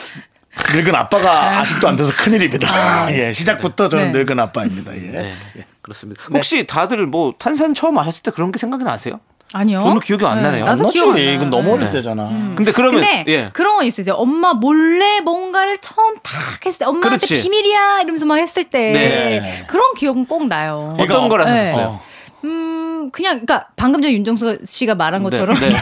Speaker 1: 늙은 아빠가 아직도 안 돼서 큰일입니다. 예. 시작부터 저는
Speaker 6: 아, 네.
Speaker 1: 늙은 아빠입니다. 예.
Speaker 2: 네. 그렇습니다. 혹시 다들 뭐 탄산 처음 마셨을 때 그런 게 생각이 나세요?
Speaker 6: 아니요.
Speaker 2: 저는 기억이 안 나네요.
Speaker 6: 나도
Speaker 1: 맞죠?
Speaker 6: 기억 안
Speaker 1: 예,
Speaker 6: 나.
Speaker 1: 이건 너무 어릴
Speaker 2: 네.
Speaker 1: 때잖아.
Speaker 6: 음.
Speaker 2: 근데 그러면
Speaker 6: 근데
Speaker 2: 예.
Speaker 6: 그런 건 있어요. 이제 엄마 몰래 뭔가를 처음 탁 했을 때 엄마한테
Speaker 2: 그렇지.
Speaker 6: 비밀이야 이러면서 막 했을 때
Speaker 2: 네. 예.
Speaker 6: 그런 기억은 꼭 나요.
Speaker 1: 그러니까
Speaker 2: 어떤 걸
Speaker 6: 네.
Speaker 1: 어-
Speaker 2: 하셨어요?
Speaker 1: 어.
Speaker 6: 음 그냥 그러니까 방금 전에 윤정수 씨가 말한 것처럼
Speaker 2: 네. 네.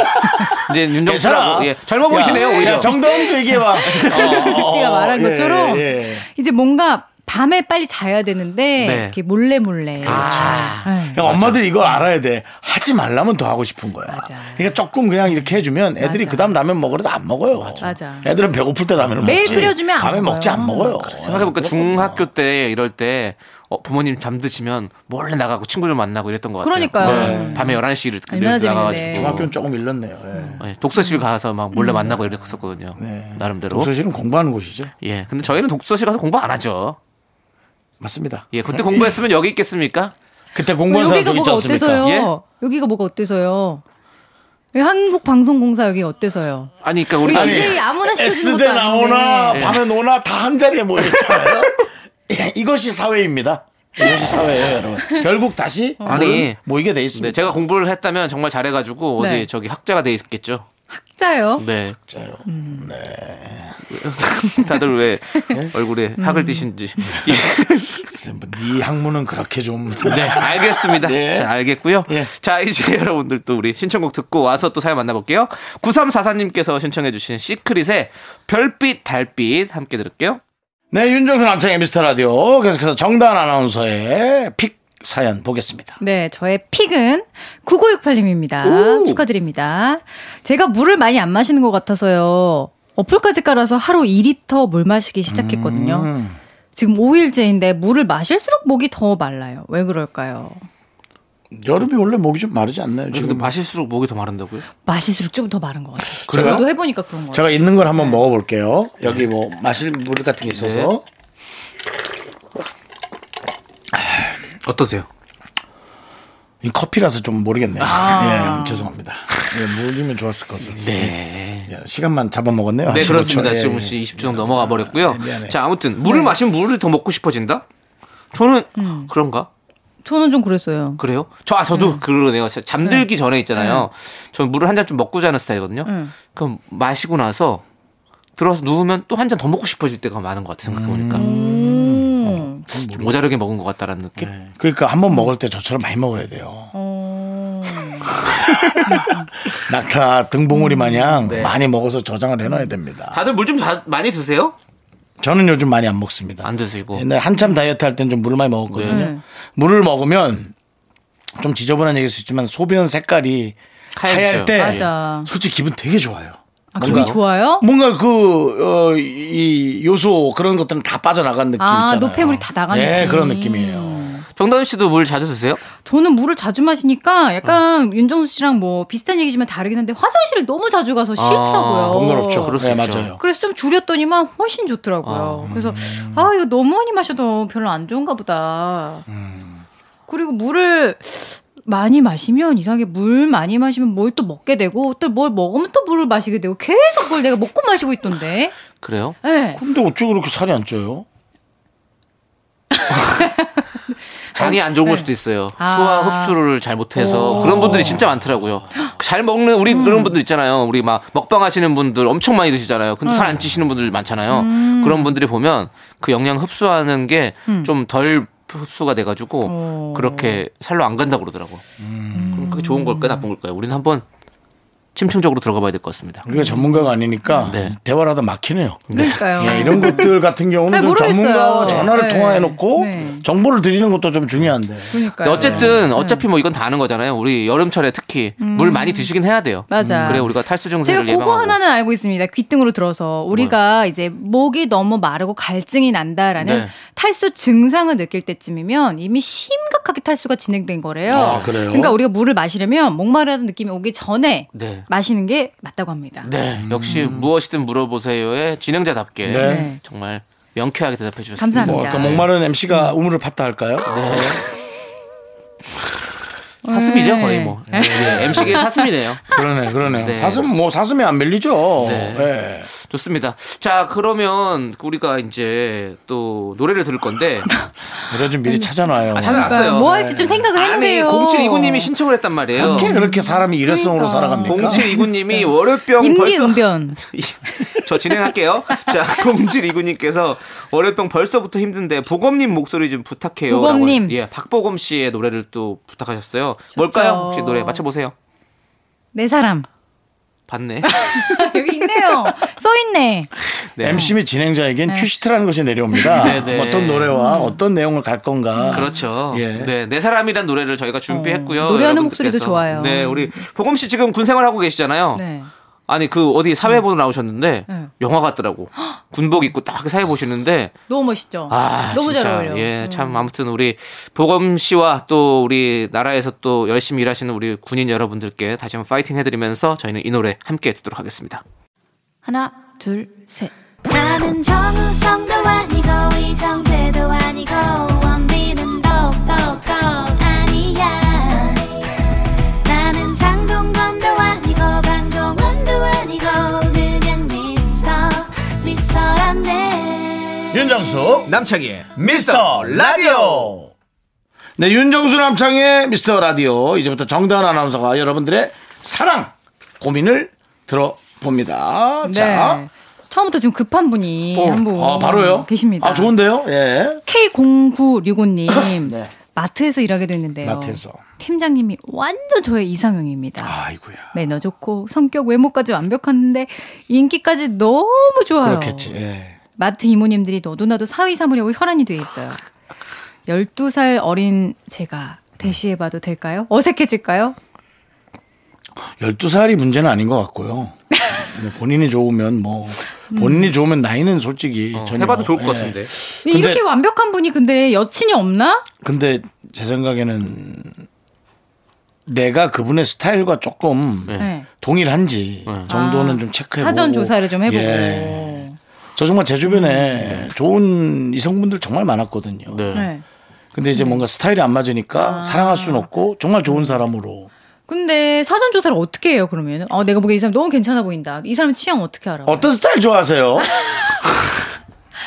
Speaker 2: 이제
Speaker 1: 괜찮아.
Speaker 2: 윤정수라고 예. 젊어 보이시네요.
Speaker 1: 야,
Speaker 2: 오히려.
Speaker 1: 야, 정다운도 얘기해봐. 어,
Speaker 2: 어,
Speaker 6: 윤정수 씨가 말한 것처럼
Speaker 1: 예, 예.
Speaker 6: 이제 뭔가 밤에 빨리 자야 되는데
Speaker 2: 네.
Speaker 6: 이렇게 몰래 몰래
Speaker 2: 아.
Speaker 6: 네.
Speaker 1: 야, 엄마들이 이걸 알아야 돼. 하지 말라면 더 하고 싶은 거야.
Speaker 6: 맞아.
Speaker 1: 그러니까 조금 그냥 이렇게 해주면 애들이
Speaker 6: 맞아.
Speaker 1: 그 다음 라면 먹으러도 안 먹어요.
Speaker 6: 맞아.
Speaker 1: 애들은 배고플 때 라면을
Speaker 6: 매일
Speaker 1: 먹지.
Speaker 6: 끓여주면 안
Speaker 1: 밤에
Speaker 6: 먹어요. 그렇죠.
Speaker 1: 먹지 안 먹어요.
Speaker 2: 생각해보니까 중학교 때 이럴 때 어, 부모님 잠드시면 몰래 나가고 친구 좀 만나고 이랬던 것 같아요.
Speaker 6: 그러니까요.
Speaker 2: 네. 밤에 11시 이렇게
Speaker 6: 얼마나 재밌는데. 음.
Speaker 2: 나가가지고
Speaker 1: 예. 중학교는 조금 일렀네요. 예.
Speaker 2: 예, 독서실 가서 막 몰래 만나고 이랬었거든요. 나름대로.
Speaker 1: 네. 독서실은 공부하는 곳이죠.
Speaker 2: 예. 근데 저희는 독서실 가서 공부 안 하죠.
Speaker 1: 맞습니다.
Speaker 2: 예. 그때 공부했으면 여기 있겠습니까?
Speaker 1: 그때 공부한 사람
Speaker 6: 여기가
Speaker 1: 좀 어, 있지
Speaker 6: 뭐가
Speaker 1: 않습니까?
Speaker 6: 어때서요?
Speaker 2: 예?
Speaker 6: 여기가 뭐가 어때서요? 이 한국방송공사 여기 어때서요?
Speaker 2: 아니 그러니까
Speaker 6: 우리
Speaker 2: 우리
Speaker 6: 아니, DJ 아무나 시켜주는
Speaker 1: S대
Speaker 6: 것도 아닌데. 예.
Speaker 1: 나오나 밤에 노나 다 한 자리에 모여있잖아요. 예, 이것이 사회입니다. 이것이 사회예요, 여러분. 결국 다시
Speaker 6: 어.
Speaker 2: 아니.
Speaker 1: 모이게 돼
Speaker 2: 네,
Speaker 1: 있습니다.
Speaker 2: 제가 공부를 했다면 정말 잘해가지고 어디
Speaker 6: 네.
Speaker 2: 저기 학자가 돼 있겠죠.
Speaker 6: 짜요?
Speaker 2: 네.
Speaker 1: 진짜요.
Speaker 2: 다들 왜 얼굴에 학을 띠신지. 예.
Speaker 1: 글쎄, 뭐네 학문은 그렇게 좀
Speaker 2: 네, 알겠습니다.
Speaker 1: 예.
Speaker 2: 자, 알겠고요.
Speaker 1: 예.
Speaker 2: 자, 이제 여러분들 또 우리 신청곡 듣고 와서 또 사연 만나볼게요. 9344님께서 신청해주신 시크릿의 별빛, 달빛 함께 들을게요.
Speaker 1: 네, 윤정수 남창의 미스터 라디오. 계속해서 정다은 아나운서의 픽 사연 보겠습니다.
Speaker 6: 네, 저의 픽은 9968님입니다. 축하드립니다. 제가 물을 많이 안 마시는 것 같아서요. 어플까지 깔아서 하루 2리터 물 마시기 시작했거든요.
Speaker 1: 음.
Speaker 6: 지금 5일째인데 물을 마실수록 목이 더 말라요. 왜 그럴까요?
Speaker 1: 여름이 원래 목이 좀 마르지 않나요?
Speaker 2: 근데 마실수록 목이 더 마른다고요?
Speaker 6: 마실수록 좀 더 마른 것 같아요.
Speaker 1: 그래요?
Speaker 6: 저도 해보니까 그런 것 같아요.
Speaker 1: 제가 있는 걸 한번 먹어볼게요. 여기 뭐 마실 물 같은 게 있어서.
Speaker 2: 어떠세요?
Speaker 1: 이 커피라서 좀 모르겠네요.
Speaker 2: 아.
Speaker 1: 예, 죄송합니다. 예, 모르면 좋았을 것을.
Speaker 2: 네.
Speaker 1: 예, 시간만 잡아먹었네요.
Speaker 2: 네,
Speaker 1: 15초.
Speaker 2: 그렇습니다.
Speaker 1: 예,
Speaker 2: 지금
Speaker 1: 예.
Speaker 2: 씨 20초 정도 넘어가 버렸고요.
Speaker 1: 미안해요.
Speaker 2: 네. 자, 아무튼 물을 마시면 물을 더 먹고 싶어진다? 저는 그런가?
Speaker 6: 저는 좀 그랬어요.
Speaker 2: 그래요? 저, 아, 저도
Speaker 6: 음.
Speaker 2: 그러네요. 자- 잠들기 전에 있잖아요. 저는 물을 한 잔 좀 먹고 자는 스타일이거든요.
Speaker 6: 네. 음.
Speaker 2: 그럼 마시고 나서 들어서 누우면 또 한 잔 더 먹고 싶어질 때가 많은 것 같아요. 생각해보니까. 어,
Speaker 6: 음. 네.
Speaker 2: 좀 모자르게 먹은 것 같다라는 느낌?
Speaker 1: 그러니까 한 번 먹을 때 저처럼 많이 먹어야 돼요.
Speaker 6: 어.
Speaker 1: 낙타 등봉우리 마냥
Speaker 2: 네.
Speaker 1: 많이 먹어서 저장을 해놔야 됩니다.
Speaker 2: 다들 물 좀 많이 드세요?
Speaker 1: 저는 요즘 많이 안 먹습니다.
Speaker 2: 안 드시고.
Speaker 1: 옛날 한참 다이어트 할 때는 좀 물을 많이 먹었거든요.
Speaker 6: 네.
Speaker 1: 물을 먹으면 좀 지저분한 얘기일 수 있지만 소변 색깔이
Speaker 2: 하얘지죠.
Speaker 1: 하얄 때
Speaker 6: 맞아.
Speaker 1: 솔직히 기분 되게 좋아요.
Speaker 6: 아, 기분이 좋아요?
Speaker 1: 뭔가 그, 어, 이 요소 그런 것들은 다 빠져나간 느낌
Speaker 6: 아,
Speaker 1: 있잖아요.
Speaker 6: 노폐물이 다 나간
Speaker 1: 예,
Speaker 6: 느낌.
Speaker 1: 그런 느낌이에요.
Speaker 2: 정다은 씨도 물 자주 드세요?
Speaker 6: 저는 물을 자주 마시니까 약간 윤정수 씨랑 뭐 비슷한 얘기지만 다르긴 한데 화장실을 너무 자주 가서 싫더라고요.
Speaker 1: 번거롭죠.
Speaker 2: 어, 그럴 수
Speaker 1: 네,
Speaker 2: 있죠.
Speaker 1: 맞아요.
Speaker 6: 그래서 좀 줄였더니만 훨씬 좋더라고요. 그래서 아 이거 너무 많이 마셔도 별로 안 좋은가 보다. 그리고 물을 많이 마시면 이상하게 물 많이 마시면 뭘 또 먹게 되고 또 뭘 먹으면 또 물을 마시게 되고 계속 그걸 내가 먹고 마시고 있던데.
Speaker 2: 그래요?
Speaker 6: 예.
Speaker 1: 근데 어째 그렇게 살이 안 쪄요?
Speaker 2: 장이 안 좋은 걸 수도 있어요.
Speaker 6: 아.
Speaker 2: 소화 흡수를 잘 못해서 그런 분들이 진짜 많더라고요. 잘 먹는 우리
Speaker 6: 음.
Speaker 2: 그런 분들 있잖아요. 우리 막 먹방 하시는 분들 엄청 많이 드시잖아요.
Speaker 6: 음.
Speaker 2: 근데 살 안 찌시는 분들 많잖아요. 그런 분들이 보면 그 영양 흡수하는 게
Speaker 6: 음.
Speaker 2: 좀 덜 흡수가 돼가지고 그렇게 살로 안 간다고 그러더라고.
Speaker 6: 음.
Speaker 2: 그럼 그게 좋은 걸까요? 나쁜 걸까요? 우리는 한번 침충적으로 들어가 봐야 될 것 같습니다.
Speaker 6: 네.
Speaker 1: 우리가 전문가가 아니니까
Speaker 2: 네.
Speaker 1: 대화를 하다 막히네요.
Speaker 6: 그러니까요.
Speaker 1: 예, 이런 것들 같은 경우는
Speaker 6: 잘
Speaker 1: 좀
Speaker 6: 모르겠어요.
Speaker 1: 전문가와 전화를
Speaker 6: 네.
Speaker 1: 통화해 놓고
Speaker 6: 네.
Speaker 1: 정보를 드리는 것도 좀 중요한데.
Speaker 6: 그러니까
Speaker 2: 근데 어쨌든 어차피 뭐 이건 다 아는 거잖아요. 우리 여름철에 특히 물 많이 드시긴 해야 돼요.
Speaker 6: 음. 맞아.
Speaker 2: 그래 우리가 탈수
Speaker 6: 제가
Speaker 2: 증세를 예방하고.
Speaker 6: 그거 하나는 알고 있습니다. 귀등으로 들어서 우리가 이제 목이 너무 마르고 갈증이 난다라는
Speaker 2: 네.
Speaker 6: 탈수 증상을 느낄 때쯤이면 이미 심각하게 탈수가 진행된 거래요.
Speaker 1: 아, 그래요?
Speaker 6: 그러니까 우리가 물을 마시려면 목마르다는 느낌이 오기 전에
Speaker 2: 네.
Speaker 6: 마시는 게 맞다고 합니다.
Speaker 2: 네, 역시 무엇이든 물어보세요의 진행자답게
Speaker 1: 음. 네.
Speaker 6: 네.
Speaker 2: 정말 명쾌하게 대답해 주셨습니다.
Speaker 1: 뭐
Speaker 6: 감사합니다.
Speaker 1: 아까 목마른 MC가 우물을 팠다 할까요? 뭐
Speaker 2: 네. 사슴이죠 거의 뭐 네. 네. MC계 사슴이네요.
Speaker 1: 그러네, 그러네요.
Speaker 2: 네.
Speaker 1: 사슴 뭐 사슴이 안 밀리죠. 예.
Speaker 2: 좋습니다. 자 그러면 우리가 이제 또 노래를 들을 건데
Speaker 1: 노래 좀
Speaker 6: 음.
Speaker 1: 미리 찾아놔요.
Speaker 2: 아, 찾아왔어요. 네.
Speaker 6: 뭐 할지 좀 생각을
Speaker 2: 아니
Speaker 6: 해보세요.
Speaker 2: 0729님이 신청을 했단 말이에요.
Speaker 1: 어떻게 그렇게 사람이
Speaker 6: 그러니까.
Speaker 1: 일회성으로 살아갑니까?
Speaker 2: 0729님이 월요병 벌써
Speaker 6: 인기응변.
Speaker 2: 저 진행할게요. 자, 0729님께서 월요병 벌써부터 힘든데 보검님 목소리 좀 부탁해요.
Speaker 6: 보검님.
Speaker 2: 라고, 예, 박보검 씨의 노래를 또 부탁하셨어요. 뭘까요? 혹시 노래 맞춰보세요.
Speaker 6: 내 사람.
Speaker 2: 봤네.
Speaker 6: 여기 있네요. 써있네.
Speaker 2: 네.
Speaker 1: MC 및 진행자에겐 큐시트라는 것이 내려옵니다.
Speaker 2: 네, 네.
Speaker 1: 어떤 노래와 어떤 내용을 갈 건가.
Speaker 2: 그렇죠.
Speaker 1: 예.
Speaker 2: 네, 내 사람이란 노래를 저희가 준비했고요.
Speaker 6: 어, 노래하는
Speaker 2: 여러분들께서.
Speaker 6: 목소리도 좋아요.
Speaker 2: 네, 우리 보검 씨 지금 군 생활하고 계시잖아요.
Speaker 6: 네.
Speaker 2: 아니 그 어디 사회 보러 나오셨는데
Speaker 6: 네.
Speaker 2: 영화 같더라고. 군복 입고 딱 사회 보시는데
Speaker 6: 너무 멋있죠.
Speaker 2: 아,
Speaker 6: 너무
Speaker 2: 진짜.
Speaker 6: 잘 어울려.
Speaker 2: 예, 참 아무튼 우리 보검 씨와 또 우리 나라에서 또 열심히 일하시는 우리 군인 여러분들께 다시 한번 파이팅 해드리면서 저희는 이 노래 함께 듣도록 하겠습니다.
Speaker 6: 하나, 둘, 셋.
Speaker 3: 나는 정우성도 아니고 이정재도 아니고 원빈은 더욱더 아니야 나는 장동건도 아니고 강동원도 아니고 그냥 미스터 미스터란데
Speaker 1: 윤정수 남창희의 미스터 라디오 네 윤정수 남창희의 미스터 라디오 이제부터 정다은 아나운서가 여러분들의 사랑 고민을 들어봅니다 자
Speaker 6: 처음부터 지금 급한 네. 분이
Speaker 1: 어,
Speaker 6: 한 분
Speaker 1: 아, 바로요
Speaker 6: 계십니다.
Speaker 1: 아 좋은데요 예
Speaker 6: K0965님
Speaker 1: 네.
Speaker 6: 마트에서 일하게 됐는데요.
Speaker 1: 마트에서.
Speaker 6: 팀장님이 완전 저의 이상형입니다.
Speaker 1: 아이고야
Speaker 6: 매너 좋고 성격 외모까지 완벽한데 인기까지 너무 좋아요.
Speaker 1: 그렇겠지 예.
Speaker 6: 마트 이모님들이 너도나도 사위 사무려고 혈안이 돼 있어요. 12살 어린 제가 대시해봐도 될까요? 어색해질까요?
Speaker 1: 12살이 문제는 아닌 것 같고요 네, 본인이 좋으면 뭐 본인이 좋으면 나이는 솔직히 전혀
Speaker 2: 해봐도 좋을 것
Speaker 1: 예.
Speaker 2: 같은데.
Speaker 1: 근데-
Speaker 6: 이렇게 완벽한 분이 근데 여친이 없나?
Speaker 1: 근데 제 생각에는 내가 그분의 스타일과 조금
Speaker 6: 네.
Speaker 1: 동일한지 정도는
Speaker 6: 아,
Speaker 1: 좀 체크해보고
Speaker 6: 사전 조사를 좀 해보고.
Speaker 1: 뭐 예. 저 정말 제 주변에 좋은 이성분들 정말 많았거든요.
Speaker 6: 음, 네. 아.
Speaker 1: 근데 이제 뭔가 스타일이 안 맞으니까 사랑할 수는 없고 정말 좋은 사람으로
Speaker 6: 근데 사전 조사를 어떻게 해요? 그러면 어,
Speaker 1: 어.
Speaker 6: 내가 보기에 이 사람 너무 괜찮아 보인다. 이 사람 취향 어떻게 알아?
Speaker 1: 어떤 스타일 좋아하세요?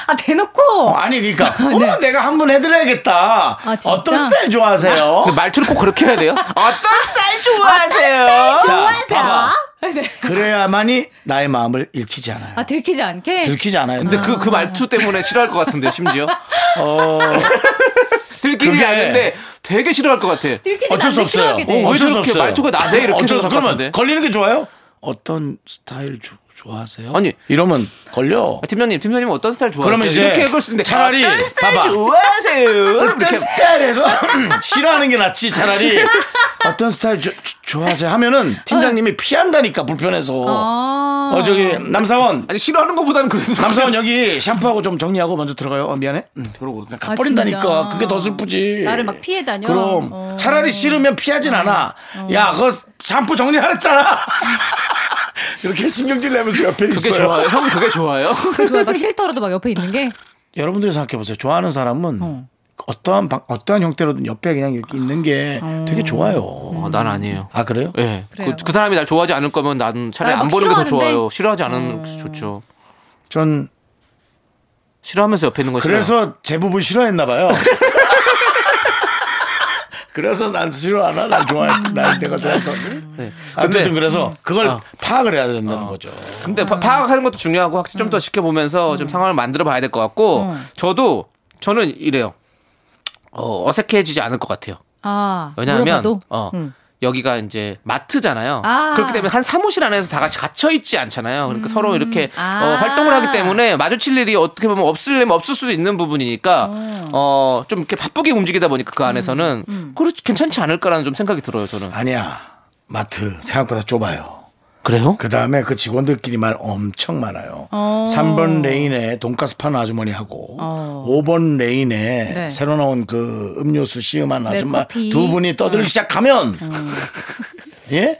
Speaker 6: 아 대놓고
Speaker 1: 어, 아니 그러니까 어머 내가 한 번 해드려야겠다.
Speaker 6: 네. 아, 진짜?
Speaker 1: 어떤 스타일 좋아하세요?
Speaker 2: 근데 말투를 꼭 그렇게 해야 돼요? 어떤 스타일 좋아하세요?
Speaker 1: 좋아하세요?
Speaker 6: 네.
Speaker 1: 그래야만이 나의 마음을 읽히지 않아요.
Speaker 6: 아 들키지 않게
Speaker 1: 들키지 않아요.
Speaker 2: 근데 그, 그 말투 때문에 싫어할 것 같은데요, 심지어.
Speaker 1: 어,
Speaker 2: 들키지
Speaker 1: 그게-
Speaker 2: 않는데 되게 싫어할 것 같아.
Speaker 6: 들키지
Speaker 1: 어쩔 수
Speaker 6: 않는데
Speaker 1: 없어요.
Speaker 6: 싫어하게 돼.
Speaker 2: 어,
Speaker 1: 어쩔 수
Speaker 2: 이렇게
Speaker 1: 없어요.
Speaker 2: 말투가 나대 이렇게
Speaker 1: 어쩔 수
Speaker 2: 생각할 것 같은데.
Speaker 1: 그러면 걸리는 게 좋아요? 어떤 스타일 조- 좋아하세요?
Speaker 2: 아니.
Speaker 1: 이러면 걸려.
Speaker 2: 아, 팀장님, 팀장님 어떤 스타일 좋아하세요?
Speaker 1: 그러면 이제
Speaker 2: 이렇게 해볼 수 있는데 아,
Speaker 1: 차라리
Speaker 2: 어떤 스타일
Speaker 1: 봐봐.
Speaker 2: 좋아하세요?
Speaker 1: 어떤
Speaker 2: 이렇게
Speaker 1: 스타일에서 싫어하는 게 낫지 차라리 어떤 스타일 조- 조- 좋아하세요 하면은 팀장님이 피한다니까 불편해서
Speaker 6: 아.
Speaker 1: 어 저기 남사원
Speaker 2: 아니 싫어하는 것보다는 그래도
Speaker 1: 남사원 여기 샴푸하고 좀 정리하고 먼저 들어가요. 어, 미안해. 응, 그러고 그냥
Speaker 6: 아,
Speaker 1: 가버린다니까.
Speaker 6: 진짜.
Speaker 1: 그게 더 슬프지.
Speaker 6: 나를 막 피해 다녀?
Speaker 1: 그럼
Speaker 6: 어.
Speaker 1: 차라리 싫으면 피하진 않아. 야, 그거 샴푸 정리하랬잖아. 이렇게 신경질 내면서 옆에
Speaker 2: 그게
Speaker 1: 있어요.
Speaker 2: 좋아요. 형 그게 좋아요.
Speaker 6: 그 좋아요. 막 싫더라도 막 옆에 있는 게
Speaker 1: 여러분들이 생각해 보세요. 좋아하는 사람은 어떠한 방, 어떠한 형태로든 옆에 그냥 이렇게 있는 게
Speaker 6: 어.
Speaker 1: 되게 좋아요.
Speaker 2: 어, 난 아니에요.
Speaker 1: 아 그래요?
Speaker 2: 예.
Speaker 6: 그래요.
Speaker 2: 그, 그 사람이 날 좋아하지 않을 거면 난 차라리
Speaker 6: 난막
Speaker 2: 안 보는 게 더
Speaker 6: 싫어하는데. 음.
Speaker 2: 좋아요. 싫어하지 않은 게 좋죠.
Speaker 1: 전
Speaker 2: 싫어하면서 옆에 있는 거 싫어요.
Speaker 1: 그래서 대부분 싫어했나 봐요. 그래서 난 싫어 안 하, 날 좋아했, 날 내가 좋아해서.
Speaker 2: 네.
Speaker 1: 아무튼 그래서 그걸
Speaker 2: 어.
Speaker 1: 파악을 해야 된다는 거죠.
Speaker 2: 근데 파, 악하는 것도 중요하고 확실히
Speaker 6: 음.
Speaker 2: 좀 더 지켜보면서 좀 상황을 만들어 봐야 될 것 같고 저도 저는 이래요. 어, 어색해지지 않을 것 같아요.
Speaker 6: 아.
Speaker 2: 왜냐하면
Speaker 6: 물어봐도?
Speaker 2: 어,
Speaker 6: 음.
Speaker 2: 여기가 이제 마트잖아요.
Speaker 6: 아.
Speaker 2: 그렇기 때문에 한 사무실 안에서 다 같이 갇혀 있지 않잖아요. 그러니까 서로 이렇게
Speaker 6: 아.
Speaker 2: 어, 활동을 하기 때문에 마주칠 일이 어떻게 보면 없으려면 없을 수도 있는 부분이니까 어, 좀 이렇게 바쁘게 움직이다 보니까 그 안에서는
Speaker 6: 음,
Speaker 2: 그렇지 괜찮지 않을까라는 좀 생각이 들어요. 저는
Speaker 1: 아니야. 마트 생각보다 좁아요.
Speaker 2: 그래요?
Speaker 1: 그 다음에 그 직원들끼리 말 엄청 많아요. 3번 레인에 돈가스 파는 아주머니하고 5번 레인에
Speaker 6: 네.
Speaker 1: 새로 나온 그 음료수 시음한 아줌마
Speaker 6: 커피.
Speaker 1: 두 분이 떠들기 시작하면 예?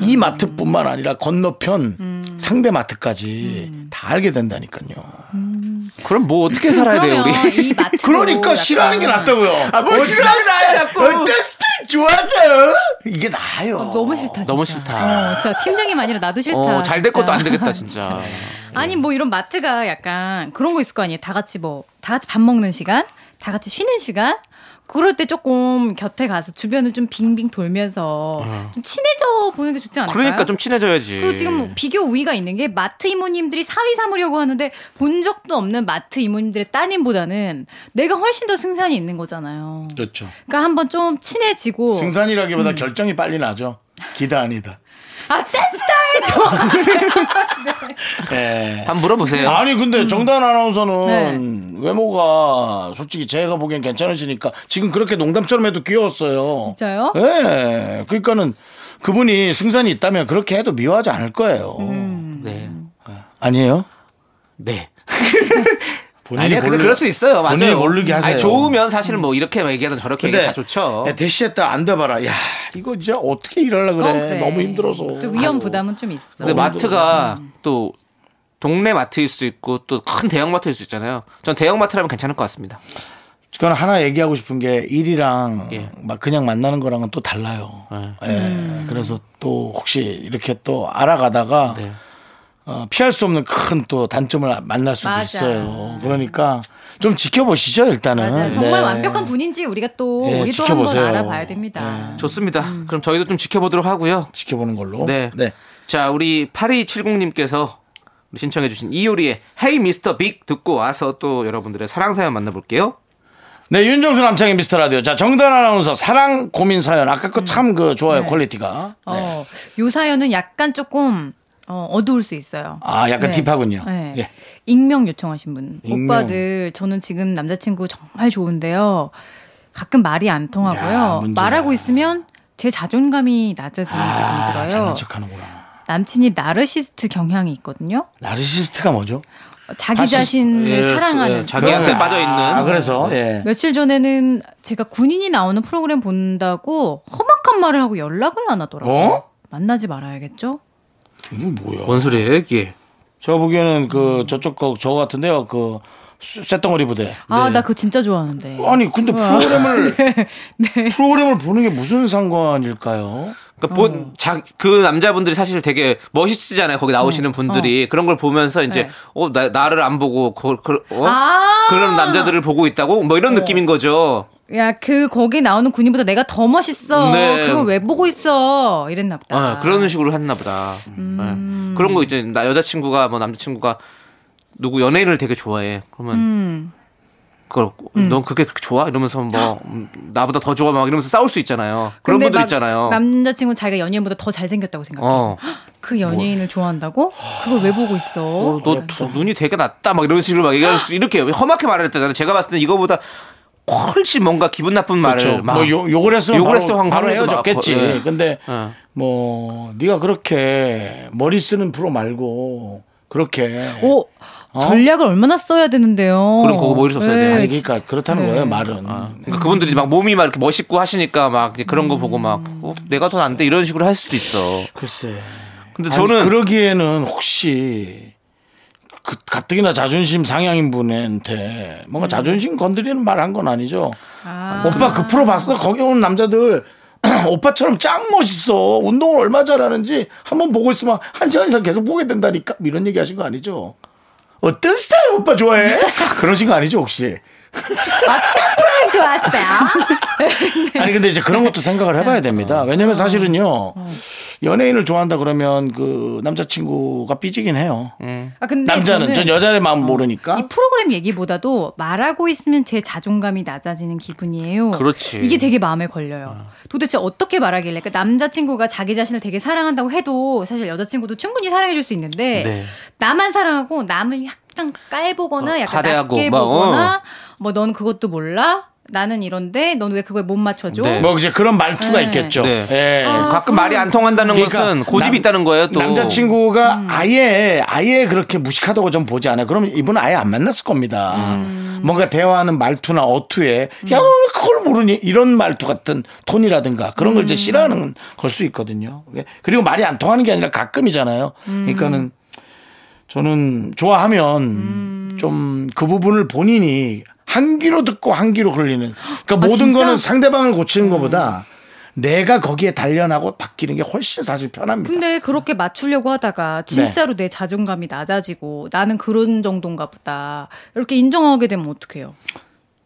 Speaker 1: 이 마트뿐만 아니라 건너편 상대 마트까지 다 알게 된다니까요.
Speaker 2: 그럼 뭐 어떻게 살아야 돼요 우리?
Speaker 6: 그러면 이 마트
Speaker 1: 그러니까 싫어하는 게 낫다고요.
Speaker 2: 아, 뭘
Speaker 1: 어떤
Speaker 2: 싫어하는 거야,
Speaker 1: 스타일,
Speaker 2: 자꾸.
Speaker 1: 어떤 스타일 좋아하세요? 이게 나아요.
Speaker 6: 너무 싫다.
Speaker 2: 너무
Speaker 6: 진짜.
Speaker 2: 싫다.
Speaker 6: 어, 진짜 팀장님 아니라 나도 싫다.
Speaker 2: 어, 잘 될 것도
Speaker 6: 아, 진짜.
Speaker 2: 안 되겠다 진짜.
Speaker 1: 네.
Speaker 6: 아니 뭐 이런 마트가 약간 그런 거 있을 거 아니에요. 다 같이 뭐 다 같이 밥 먹는 시간, 다 같이 쉬는 시간. 그럴 때 조금 곁에 가서 주변을 좀 빙빙 돌면서
Speaker 1: 아.
Speaker 6: 좀 친해져 보는 게 좋지 않을까요?
Speaker 2: 그러니까 좀 친해져야지.
Speaker 6: 그리고
Speaker 1: 예.
Speaker 6: 지금 비교 우위가 있는 게 마트 이모님들이 사위 삼으려고 하는데 본 적도 없는 마트 이모님들의 따님보다는 내가 훨씬 더 승산이 있는 거잖아요.
Speaker 1: 그렇죠.
Speaker 6: 그러니까 한번 좀 친해지고
Speaker 1: 승산이라기보다 결정이 빨리 나죠. 기다 아니다.
Speaker 6: 아 댄스타일 좋아.
Speaker 1: 예.
Speaker 2: 한번 물어보세요.
Speaker 1: 아니
Speaker 2: 음.
Speaker 1: 근데 정단 아나운서는
Speaker 2: 네.
Speaker 1: 외모가 솔직히 제가 보기엔 괜찮으시니까 지금 그렇게 농담처럼 해도 귀여웠어요.
Speaker 6: 진짜요?
Speaker 1: 예. 그러니까는 그분이 승산이 있다면 그렇게 해도 미워하지 않을 거예요.
Speaker 6: 음.
Speaker 2: 네.
Speaker 1: 아니에요?
Speaker 2: 네.
Speaker 1: 본인이
Speaker 2: 아니야, 근데
Speaker 1: 모르-
Speaker 2: 그럴 수 있어요. 맞아요.
Speaker 1: 본인이 모르게 하세요.
Speaker 2: 아니, 좋으면 사실은 뭐 이렇게 얘기하든 저렇게 얘기
Speaker 1: 근데
Speaker 2: 다 좋죠.
Speaker 1: 야, 대시했다 안 돼봐라. 야 이거 진짜 어떻게 일하려 그래.
Speaker 6: 어, 그래.
Speaker 1: 너무 힘들어서.
Speaker 6: 좀 위험 부담은 좀 있어.
Speaker 1: 음.
Speaker 2: 근데 마트가 또 동네 마트일 수 있고 또 큰 대형 마트일 수 있잖아요. 전 대형 마트라면 괜찮을 것 같습니다.
Speaker 1: 저는 그러니까 하나 얘기하고 싶은 게 일이랑
Speaker 2: 예.
Speaker 1: 막 그냥 만나는 거랑은 또 달라요. 예.
Speaker 6: 음.
Speaker 1: 그래서 또 혹시 이렇게 또 알아가다가
Speaker 2: 네.
Speaker 1: 어, 피할 수 없는 큰 또 단점을 만날 수도
Speaker 6: 맞아.
Speaker 1: 있어요. 그러니까 좀 지켜보시죠 일단은.
Speaker 6: 네. 맞아요. 정말
Speaker 1: 네.
Speaker 6: 완벽한 분인지 우리가 또
Speaker 1: 예,
Speaker 6: 우리도 한번
Speaker 1: 지켜보세요. 네.
Speaker 6: 알아봐야 됩니다.
Speaker 2: 네. 좋습니다. 그럼 저희도 좀 지켜보도록 하고요.
Speaker 1: 지켜보는 걸로.
Speaker 2: 네. 자, 우리 8270님께서 신청해주신 이효리의 헤이 미스터 빅 듣고 와서 또 여러분들의 사랑 사연 만나볼게요.
Speaker 1: 네, 윤정수 남창의 미스터 라디오. 자, 정단 아나운서 사랑 고민 사연. 아까 거 참 그 좋아요 퀄리티가. 네.
Speaker 6: 음. 어, 요 사연은 약간 조금 어, 어두울 수 있어요.
Speaker 1: 아, 약간
Speaker 6: 네.
Speaker 1: 딥하군요.
Speaker 6: 네.
Speaker 1: 예.
Speaker 6: 익명 요청하신 분.
Speaker 1: 익명.
Speaker 6: 오빠들 저는 지금 남자친구 정말 좋은데요. 가끔 말이 안 통하고요.
Speaker 1: 야, 문제야.
Speaker 6: 말하고 있으면 제 자존감이 낮아지는
Speaker 1: 아,
Speaker 6: 기분이 들어요.
Speaker 1: 잘난 척하는구나.
Speaker 6: 남친이 나르시스트 경향이 있거든요.
Speaker 1: 나르시스트가 뭐죠?
Speaker 6: 자기
Speaker 1: 나르시스-
Speaker 6: 자신을
Speaker 2: 예,
Speaker 6: 사랑하는
Speaker 2: 예, 자기한테
Speaker 1: 그런-
Speaker 2: 빠져 있는. 네.
Speaker 1: 아, 그래서 예.
Speaker 6: 며칠 전에는 제가 군인이 나오는 프로그램 본다고 험악한 말을 하고 연락을 안 하더라고요.
Speaker 1: 어?
Speaker 6: 만나지 말아야겠죠?
Speaker 1: 이게 뭐야?
Speaker 2: 뭔 소리예요, 이게?
Speaker 1: 제가 보기에는 그 저쪽 거 저거 같은데요. 그 쇠- 쇳덩어리 부대.
Speaker 2: 네.
Speaker 6: 아, 나 그거 진짜 좋아하는데.
Speaker 1: 아니 근데 프로그램을
Speaker 6: 네.
Speaker 1: 프로그램을 보는 게 무슨 상관일까요?
Speaker 2: 그러니까
Speaker 6: 어.
Speaker 2: 본, 자, 그 남자분들이 사실 되게 멋있잖아요. 거기 나오시는 분들이 그런 걸 보면서 이제
Speaker 6: 어. 네.
Speaker 2: 어, 나, 나를 안 보고 그, 그, 어?
Speaker 6: 아! 네.
Speaker 2: 그런 남자들을 보고 있다고 뭐 이런 느낌인 거죠.
Speaker 6: 야, 그 거기 나오는 군인보다 내가 더 멋있어.
Speaker 2: 네.
Speaker 6: 그걸 왜 보고 있어? 이랬나
Speaker 2: 어,
Speaker 6: 보다.
Speaker 2: 그런 식으로 했나 보다.
Speaker 6: 음.
Speaker 2: 예. 그런 거 이제 나 여자친구가 뭐 남자친구가 누구 연예인을 되게 좋아해. 그러면
Speaker 6: 음.
Speaker 2: 그걸 넌 그게 그렇게 좋아? 이러면서 뭐 음, 나보다 더 좋아 막 이러면서 싸울 수 있잖아요. 그런
Speaker 6: 근데
Speaker 2: 분들
Speaker 6: 막
Speaker 2: 있잖아요.
Speaker 6: 남자친구 자기가 연예인보다 더 잘생겼다고 생각해.
Speaker 2: 어. 뭐.
Speaker 6: 그 연예인을 좋아한다고? 그걸 왜 보고 있어?
Speaker 2: 어, 너 두- 눈이 되게 낮다 막 이런 식으로 막 얘기할 수 이렇게 험하게 말을 했다잖아요. 제가 봤을 때 이거보다 훨씬 뭔가 기분 나쁜 말을
Speaker 1: 그렇죠.
Speaker 2: 막
Speaker 1: 뭐 욕, 욕을 했으면
Speaker 2: 욕을
Speaker 1: 바로,
Speaker 2: 했으면 황-
Speaker 1: 바로
Speaker 2: 황해도 막
Speaker 1: 헤어졌겠지.
Speaker 2: 아파. 예.
Speaker 1: 근데
Speaker 2: 예.
Speaker 1: 뭐 네가 그렇게 머리 쓰는 프로 말고 그렇게
Speaker 6: 오, 어? 전략을 얼마나 써야 되는데요.
Speaker 2: 어? 그럼 그거 머리 썼어야 돼.
Speaker 1: 아니,
Speaker 6: 네,
Speaker 1: 그러니까 그렇다는
Speaker 6: 네.
Speaker 1: 거예요 말은.
Speaker 2: 그러니까 그분들이 막 몸이 막 이렇게 멋있고 하시니까 막 이제 그런 거 보고 막 어, 내가 더 안 돼 이런 식으로 할 수도 있어.
Speaker 1: 글쎄.
Speaker 2: 근데
Speaker 1: 아니,
Speaker 2: 저는
Speaker 1: 그러기에는 혹시 그 가뜩이나 자존심 상향인 분한테
Speaker 2: 음.
Speaker 1: 뭔가 자존심 건드리는 말 한 건 아니죠. 오빠 그 프로 봤어? 거기 오는 남자들 오빠처럼 짱 멋있어. 운동을 얼마 잘하는지 한번 보고 있으면 한 시간 이상 계속 보게 된다니까 이런 얘기 하신 거 아니죠? 어떤 스타일 오빠 좋아해? 그러신 거 아니죠 혹시?
Speaker 6: 프로그램 좋았어요.
Speaker 1: 아니 근데 이제 그런 것도 생각을 해봐야 됩니다. 왜냐면
Speaker 2: 어.
Speaker 1: 사실은요 연예인을 좋아한다 그러면 그 남자친구가 삐지긴 해요.
Speaker 2: 음.
Speaker 6: 아, 근데
Speaker 1: 남자는
Speaker 6: 저는
Speaker 1: 전 여자의 마음
Speaker 6: 이
Speaker 1: 모르니까.
Speaker 6: 프로그램 얘기보다도 말하고 있으면 제 자존감이 낮아지는 기분이에요.
Speaker 2: 그렇지.
Speaker 6: 이게 되게 마음에 걸려요. 도대체 어떻게 말하길래? 그러니까 남자친구가 자기 자신을 되게 사랑한다고 해도 사실 여자친구도 충분히 사랑해줄 수 있는데
Speaker 2: 네.
Speaker 6: 나만 사랑하고 남을 약간 깔보거나
Speaker 2: 어,
Speaker 6: 약간
Speaker 2: 하대하고
Speaker 6: 낮게
Speaker 2: 막, 어.
Speaker 6: 보거나 뭐 넌 그것도 몰라? 나는 이런데 넌 왜 그걸 못 맞춰줘?
Speaker 2: 네.
Speaker 1: 뭐 이제 그런 말투가
Speaker 6: 네. 아.
Speaker 1: 있겠죠.
Speaker 2: 네.
Speaker 1: 예.
Speaker 2: 가끔 말이 안 통한다는 것은 고집이
Speaker 1: 그러니까 남-
Speaker 2: 있다는 거예요. 또
Speaker 1: 남자친구가
Speaker 6: 음.
Speaker 1: 아예 아예 그렇게 무식하다고 좀 보지 않아요. 그러면 이분은 아예 안 만났을 겁니다.
Speaker 6: 음.
Speaker 1: 뭔가 대화하는 말투나 어투에 야, 너왜 그걸 모르니? 이런 말투 같은 톤이라든가 그런
Speaker 6: 음.
Speaker 1: 걸 이제 싫어하는 걸 수 있거든요. 예. 그리고 말이 안 통하는 게 아니라 가끔이잖아요.
Speaker 6: 음.
Speaker 1: 그러니까는 저는 좋아하면
Speaker 6: 음.
Speaker 1: 좀 그 부분을 본인이 한 귀로 듣고 한 귀로 흘리는 그러니까 모든
Speaker 6: 아, 진짜?
Speaker 1: 거는 상대방을 고치는 것보다 내가 거기에 단련하고 바뀌는 게 훨씬 사실 편합니다.
Speaker 6: 근데 그렇게 맞추려고 하다가
Speaker 2: 네.
Speaker 6: 진짜로 내 자존감이 낮아지고 나는 그런 정도인가 보다 이렇게 인정하게 되면 어떡해요?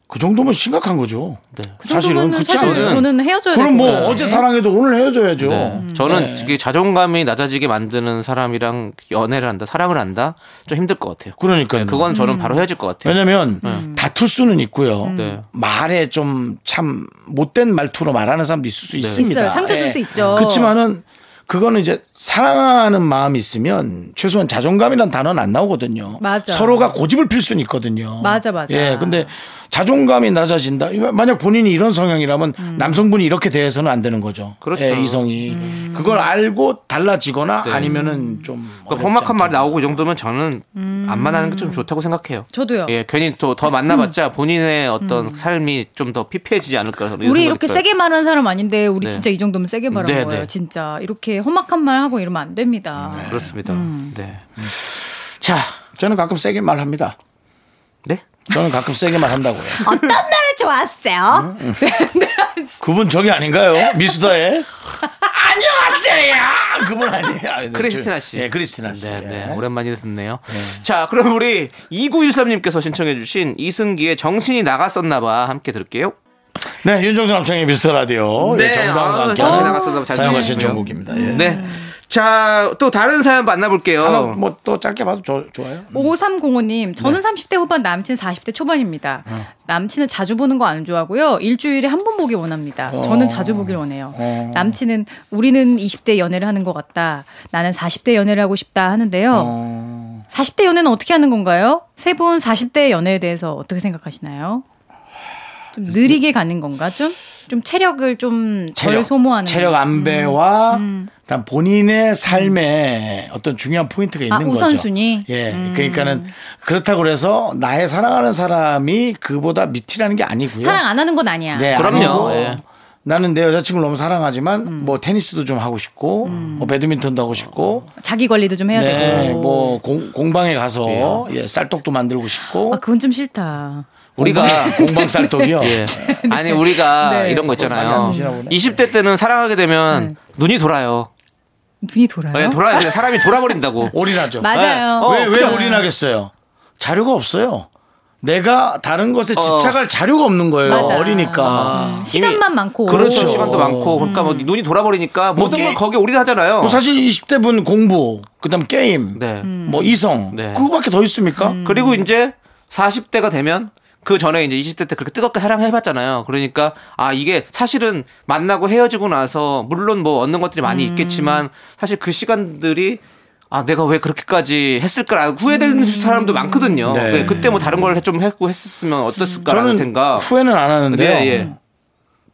Speaker 1: 그 정도면 심각한 거죠.
Speaker 6: 그 정도면은 사실은
Speaker 1: 그렇지 않아요?
Speaker 6: 저는 네. 헤어져야
Speaker 1: 그럼
Speaker 6: 될
Speaker 1: 뭐
Speaker 6: 것 같아요.
Speaker 1: 어제 사랑해도 오늘 헤어져야죠.
Speaker 2: 네. 저는 이게 자존감이 낮아지게 만드는 사람이랑 연애를 한다, 사랑을 한다, 좀 힘들 것 같아요.
Speaker 6: 네,
Speaker 1: 그러니까요.
Speaker 2: 그건 저는 바로 헤어질 것 같아요.
Speaker 1: 왜냐면
Speaker 6: 음.
Speaker 1: 다툴 수는 있고요.
Speaker 2: 네.
Speaker 1: 말에 좀 참 못된 말투로 말하는 사람도 있을
Speaker 2: 네.
Speaker 1: 수 있습니다.
Speaker 6: 있어요. 상처 줄
Speaker 1: 예.
Speaker 6: 수 있죠.
Speaker 1: 그렇지만은 그거는 이제 사랑하는 마음이 있으면 최소한 자존감이란 단어는 안 나오거든요.
Speaker 6: 맞아.
Speaker 1: 서로가 고집을 필 수는 있거든요.
Speaker 6: 맞아, 맞아.
Speaker 1: 예, 근데 자존감이 낮아진다. 이거 만약 본인이 이런 성향이라면
Speaker 6: 음.
Speaker 1: 남성분이 이렇게 대해서는 안 되는 거죠.
Speaker 2: 그렇죠. 네.
Speaker 1: 예, 이성이
Speaker 6: 음.
Speaker 1: 그걸 알고 달라지거나 아니면은 좀
Speaker 2: 그러니까 험악한 말이 나오고 이 정도면 저는 안 만나는 게 좀 좋다고 생각해요.
Speaker 6: 저도요. 음.
Speaker 2: 예, 괜히 또 더 만나봤자 본인의 어떤 삶이 좀 더 피폐해지지 않을까. 이런
Speaker 6: 우리
Speaker 2: 생각이
Speaker 6: 이렇게
Speaker 2: 들어요.
Speaker 6: 세게 말하는 사람 아닌데 우리
Speaker 2: 그러니까 네.
Speaker 6: 진짜 이 정도면 세게 말한
Speaker 2: 네,
Speaker 6: 거예요.
Speaker 2: 네.
Speaker 6: 진짜 이렇게 험악한 말 하고 이러면 안 됩니다.
Speaker 2: 그렇습니다.
Speaker 6: 음.
Speaker 2: 네. 자,
Speaker 1: 저는 가끔 세게 말합니다.
Speaker 2: 네.
Speaker 1: 저는 가끔 세게 말한다고요.
Speaker 6: 어떤 말을 좋아하세요?
Speaker 1: 그분 저기 아닌가요? 미수다에 안녕하세요. 그분 아니에요. 아니, 네,
Speaker 2: 크리스티나
Speaker 1: 저-
Speaker 2: 씨.
Speaker 1: 예, 크리스티나 씨.
Speaker 2: 네, 네.
Speaker 1: 예.
Speaker 2: 오랜만에 듣네요. 자, 그럼 우리 2913님께서 신청해주신 이승기의 정신이 나갔었나봐 함께 들을게요.
Speaker 1: 네, 윤정수 남창의 미스터 라디오.
Speaker 2: 네,
Speaker 1: 예, 정다운과
Speaker 2: 아,
Speaker 1: 함께
Speaker 2: 정신 나갔었나봐. 잘
Speaker 1: 사용하신
Speaker 2: 들었고요.
Speaker 1: 정국입니다. 예.
Speaker 2: 네.
Speaker 6: 음.
Speaker 2: 어. 자, 또 다른 사연
Speaker 6: 아,
Speaker 1: 하나
Speaker 2: 만나볼게요.
Speaker 1: 뭐 또 짧게 봐도 저- 좋아요.
Speaker 6: 5305님, 음.
Speaker 1: 네.
Speaker 6: 저는 30대 후반 남친 40대 초반입니다.
Speaker 1: 어.
Speaker 6: 남친은 자주 보는 거 안 좋아하고요. 일주일에 한 번 보기 원합니다.
Speaker 1: 어.
Speaker 6: 저는 자주 보길 원해요. 남친은 우리는 20대 연애를 하는 것 같다. 나는 40대 연애를 하고 싶다 하는데요.
Speaker 1: 어.
Speaker 6: 40대 연애는 어떻게 하는 건가요? 세 분 40대 연애에 대해서 어떻게 생각하시나요? 좀 느리게 가는 건가? 좀? 좀 체력을 좀 덜 소모하는 음,
Speaker 1: 체력
Speaker 6: 건가?
Speaker 1: 안배와 일단 본인의 삶에 어떤 중요한 포인트가 있는
Speaker 6: 아, 우선순위? 음.
Speaker 1: 거죠. 예, 그러니까는 그렇다고 해서 나의 사랑하는 사람이 그보다 밑이라는 게 아니고요.
Speaker 6: 사랑 안 하는 건 아니야.
Speaker 1: 네,
Speaker 2: 그럼요.
Speaker 1: 아니고
Speaker 2: 예.
Speaker 1: 나는 내 여자친구를 너무 사랑하지만
Speaker 6: 음.
Speaker 1: 뭐 테니스도 좀 하고 싶고 뭐 배드민턴도 하고 싶고
Speaker 6: 자기 관리도 좀 음. 해야
Speaker 1: 네,
Speaker 6: 되고.
Speaker 1: 뭐 공, 공방에 가서 예, 쌀떡도 만들고 싶고
Speaker 6: 아 그건 좀 싫다.
Speaker 2: 우리가-
Speaker 1: 공방 쌀떡이요.
Speaker 2: 예. 아니 우리가
Speaker 6: 네.
Speaker 2: 이런 거
Speaker 1: 많이 안
Speaker 2: 있잖아요.
Speaker 1: 드시나 보네.
Speaker 2: 20대 때는 사랑하게 되면 눈이 돌아요.
Speaker 6: 눈이 어, 돌아요.
Speaker 2: 예, 돌아요. 그냥 사람이 돌아버린다고.
Speaker 1: 올인하죠. 네.
Speaker 6: 맞아요.
Speaker 2: 어,
Speaker 1: 왜, 왜
Speaker 2: 그냥-
Speaker 1: 올인하겠어요? 자료가 없어요. 내가 다른 것에
Speaker 2: 어.
Speaker 1: 집착할 자료가 없는 거예요.
Speaker 6: 맞아.
Speaker 1: 어리니까.
Speaker 6: 시간만 많고.
Speaker 1: 그렇죠.
Speaker 2: 그렇죠. 시간도 많고 그러니까 뭐 눈이 돌아버리니까
Speaker 1: 뭐
Speaker 2: 모든
Speaker 1: 게-
Speaker 2: 걸 거기에 올인하잖아요.
Speaker 1: 뭐 사실 20대 분 공부, 그다음 게임,
Speaker 2: 네.
Speaker 1: 뭐 이성,
Speaker 2: 네.
Speaker 1: 그거밖에 더 있습니까?
Speaker 2: 음.
Speaker 6: 음.
Speaker 2: 그리고 이제 40대가 되면 그 전에 이제 20대 때 그렇게 뜨겁게 사랑해봤잖아요. 그러니까 아 이게 사실은 만나고 헤어지고 나서 물론 뭐 얻는 것들이 많이
Speaker 1: 음.
Speaker 2: 있겠지만 사실 그 시간들이 아 내가 왜 그렇게까지 했을까라고 후회되는 사람도 많거든요.
Speaker 1: 음. 네.
Speaker 2: 네, 그때 뭐 다른 걸 좀 했고 했었으면 어땠을까라는
Speaker 1: 저는
Speaker 2: 생각.
Speaker 1: 후회는 안 하는데요.
Speaker 2: 네, 예.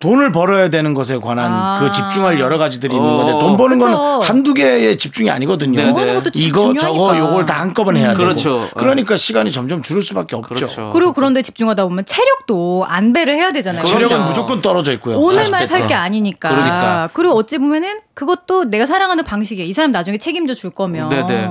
Speaker 1: 돈을 벌어야 되는 것에 관한
Speaker 6: 아.
Speaker 1: 그 집중할 여러 가지들이 있는
Speaker 2: 어.
Speaker 1: 건데 돈 버는
Speaker 6: 그쵸.
Speaker 1: 건 한두 개의 집중이 아니거든요.
Speaker 2: 네, 네. 버는
Speaker 6: 것도 진짜
Speaker 1: 이거 저거
Speaker 6: 중요하니까.
Speaker 1: 요걸 다 한꺼번에 해야 되고.
Speaker 2: 그렇죠.
Speaker 1: 그러니까 시간이 점점 줄을 수밖에 없죠.
Speaker 2: 그렇죠.
Speaker 6: 그리고 그런데 집중하다 보면 체력도 안배를 해야 되잖아요.
Speaker 1: 체력은
Speaker 2: 그럼요.
Speaker 1: 무조건 떨어져 있고요.
Speaker 6: 오늘만 살
Speaker 2: 40대
Speaker 6: 게
Speaker 2: 거.
Speaker 6: 아니니까.
Speaker 2: 그러니까.
Speaker 6: 리고 어찌 보면은 그것도 내가 사랑하는 방식이야. 이 사람 나중에 책임져 줄 거면.
Speaker 2: 네네.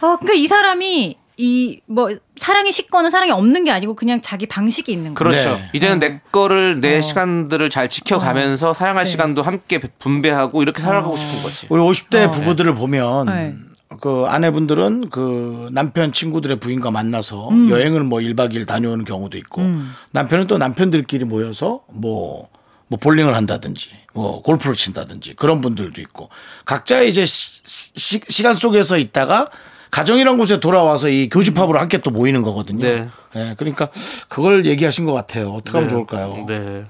Speaker 6: 아, 그러니까 이 사람이 이 뭐 사랑이 식거나 사랑이 없는 게 아니고 그냥 자기 방식이 있는 거예요.
Speaker 2: 그렇죠.
Speaker 1: 네. 어.
Speaker 2: 이제는 내 거를 내 시간들을 잘 지켜가면서
Speaker 1: 네.
Speaker 2: 사랑할 시간도 함께 분배하고 이렇게 살아가고
Speaker 1: 어.
Speaker 2: 싶은 거지.
Speaker 1: 우리 50대 부부들을 보면
Speaker 6: 어, 네.
Speaker 1: 그 아내분들은 그 남편 친구들의 부인과 만나서
Speaker 6: 음.
Speaker 1: 여행을 뭐 1박 2일 다녀오는 경우도 있고 남편은 또 남편들끼리 모여서 뭐, 뭐 볼링을 한다든지 뭐 골프를 친다든지 그런 분들도 있고 각자 이제 시, 시, 시간 속에서 있다가 가정이란 곳에 돌아와서 이 교집합으로 함께 또 모이는 거거든요.
Speaker 2: 네.
Speaker 1: 예, 그러니까 그걸 얘기하신 것 같아요. 어떻게 하면 좋을까요?
Speaker 2: 네.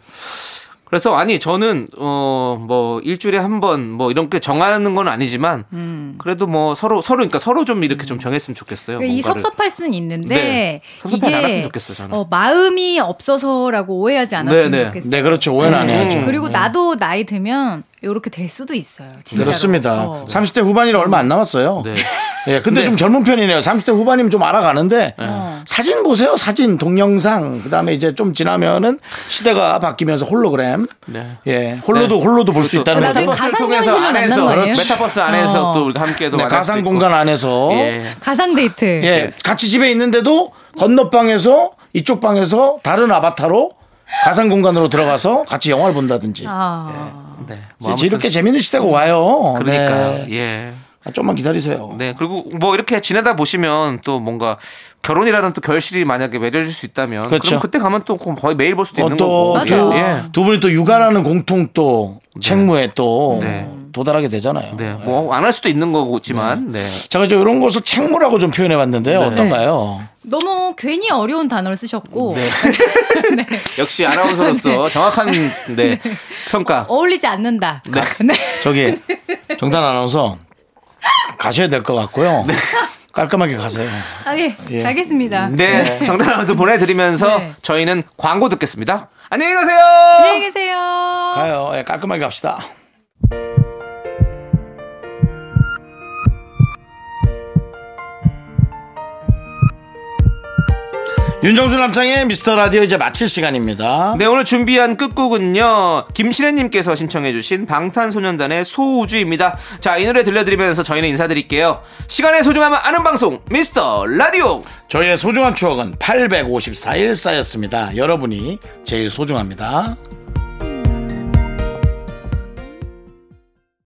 Speaker 2: 그래서 아니 저는 어 뭐 일주일에 한 번 뭐 이런 게 정하는 건 아니지만
Speaker 1: 음.
Speaker 2: 그래도 뭐 서로 서로 그러니까 서로 좀 이렇게 좀 정했으면 좋겠어요.
Speaker 6: 그러니까 이
Speaker 2: 뭔가를.
Speaker 6: 섭섭할 수는 있는데
Speaker 2: 네. 섭섭하지 않았으면 좋겠어요, 저는.
Speaker 6: 어, 마음이 없어서라고 오해하지 않았으면
Speaker 2: 네네. 음.
Speaker 6: 좋겠어요.
Speaker 1: 네, 그렇죠. 오해는 안 해야죠.
Speaker 6: 그리고 나도 나이 들면 이렇게 될 수도 있어요. 진짜로.
Speaker 1: 그렇습니다.
Speaker 6: 어.
Speaker 1: 30대 후반이라 얼마 안 남았어요.
Speaker 2: 네.
Speaker 1: 예, 근데
Speaker 2: 네.
Speaker 1: 좀 젊은 편이네요. 30대 후반이면 좀 알아가는데
Speaker 6: 어.
Speaker 1: 사진 보세요. 사진, 동영상. 그다음에 이제 좀 지나면은 시대가 바뀌면서 홀로그램.
Speaker 2: 네.
Speaker 1: 예, 홀로도
Speaker 2: 네.
Speaker 1: 홀로도 볼 수
Speaker 2: 그것도
Speaker 1: 있다는
Speaker 6: 나중에
Speaker 1: 거죠.
Speaker 2: 메타버스를
Speaker 6: 가상
Speaker 2: 통해서
Speaker 6: 현실로 만난
Speaker 2: 안에서,
Speaker 6: 거 아니에요?
Speaker 2: 그렇죠. 메타버스 안에서
Speaker 6: 어.
Speaker 2: 또 우리 함께 또
Speaker 1: 네,
Speaker 2: 만날 수도
Speaker 1: 가상
Speaker 2: 있고.
Speaker 1: 공간 안에서
Speaker 2: 예.
Speaker 6: 가상 데이트.
Speaker 1: 예, 같이 집에 있는데도 건너방에서 이쪽 방에서 다른 아바타로 가상 공간으로 들어가서 같이 영화를 본다든지.
Speaker 6: 아.
Speaker 2: 네.
Speaker 1: 이제
Speaker 2: 뭐 아무튼
Speaker 1: 이렇게 재밌는 시대가 와요.
Speaker 2: 그러니까
Speaker 1: 네.
Speaker 2: 예.
Speaker 1: 아, 좀만 기다리세요.
Speaker 2: 네. 그리고 뭐 이렇게 지내다 보시면 또 뭔가 결혼이라는 또 결실이 만약에 맺어질 수 있다면 그
Speaker 1: 그렇죠.
Speaker 2: 럼 그때 가면 또 거의 매일 볼 수도
Speaker 1: 어,
Speaker 2: 있는
Speaker 1: 또,
Speaker 2: 거고.
Speaker 1: 두,
Speaker 2: 예. 예.
Speaker 1: 두 분이 또 육아라는 공통 또 책무에 또
Speaker 2: 네.
Speaker 1: 도달하게 되잖아요.
Speaker 2: 네. 뭐 안 할 수도 있는 거지만 네.
Speaker 1: 제가 저 이런 것을 책무라고 좀 표현해 봤는데요. 어떤가요?
Speaker 6: 너무 괜히 어려운 단어를 쓰셨고
Speaker 2: 역시 아나운서로서 정확한 네, 평가.
Speaker 6: 어울리지 않는다.
Speaker 1: 저기 정단 아나운서 가셔야 될 것
Speaker 2: 네.
Speaker 1: 같고요. 깔끔하게 가세요.
Speaker 6: 아, 예.
Speaker 1: 예.
Speaker 6: 알겠습니다.
Speaker 2: 네, 정단 아나운서 보내드리면서
Speaker 6: 네.
Speaker 2: 저희는 광고 듣겠습니다. 안녕히 가세요.
Speaker 6: 안녕히 계세요.
Speaker 1: 가요. 예, 깔끔하게 갑시다. 윤정수 남창의 미스터 라디오 이제 마칠 시간입니다.
Speaker 2: 네, 오늘 준비한 끝곡은요. 김신혜님께서 신청해주신 방탄소년단의 소우주입니다. 자, 이 노래 들려드리면서 저희는 인사드릴게요. 시간의 소중함을 아는 방송, 미스터 라디오.
Speaker 1: 저희의 소중한 추억은 854일 쌓였습니다. 여러분이 제일 소중합니다.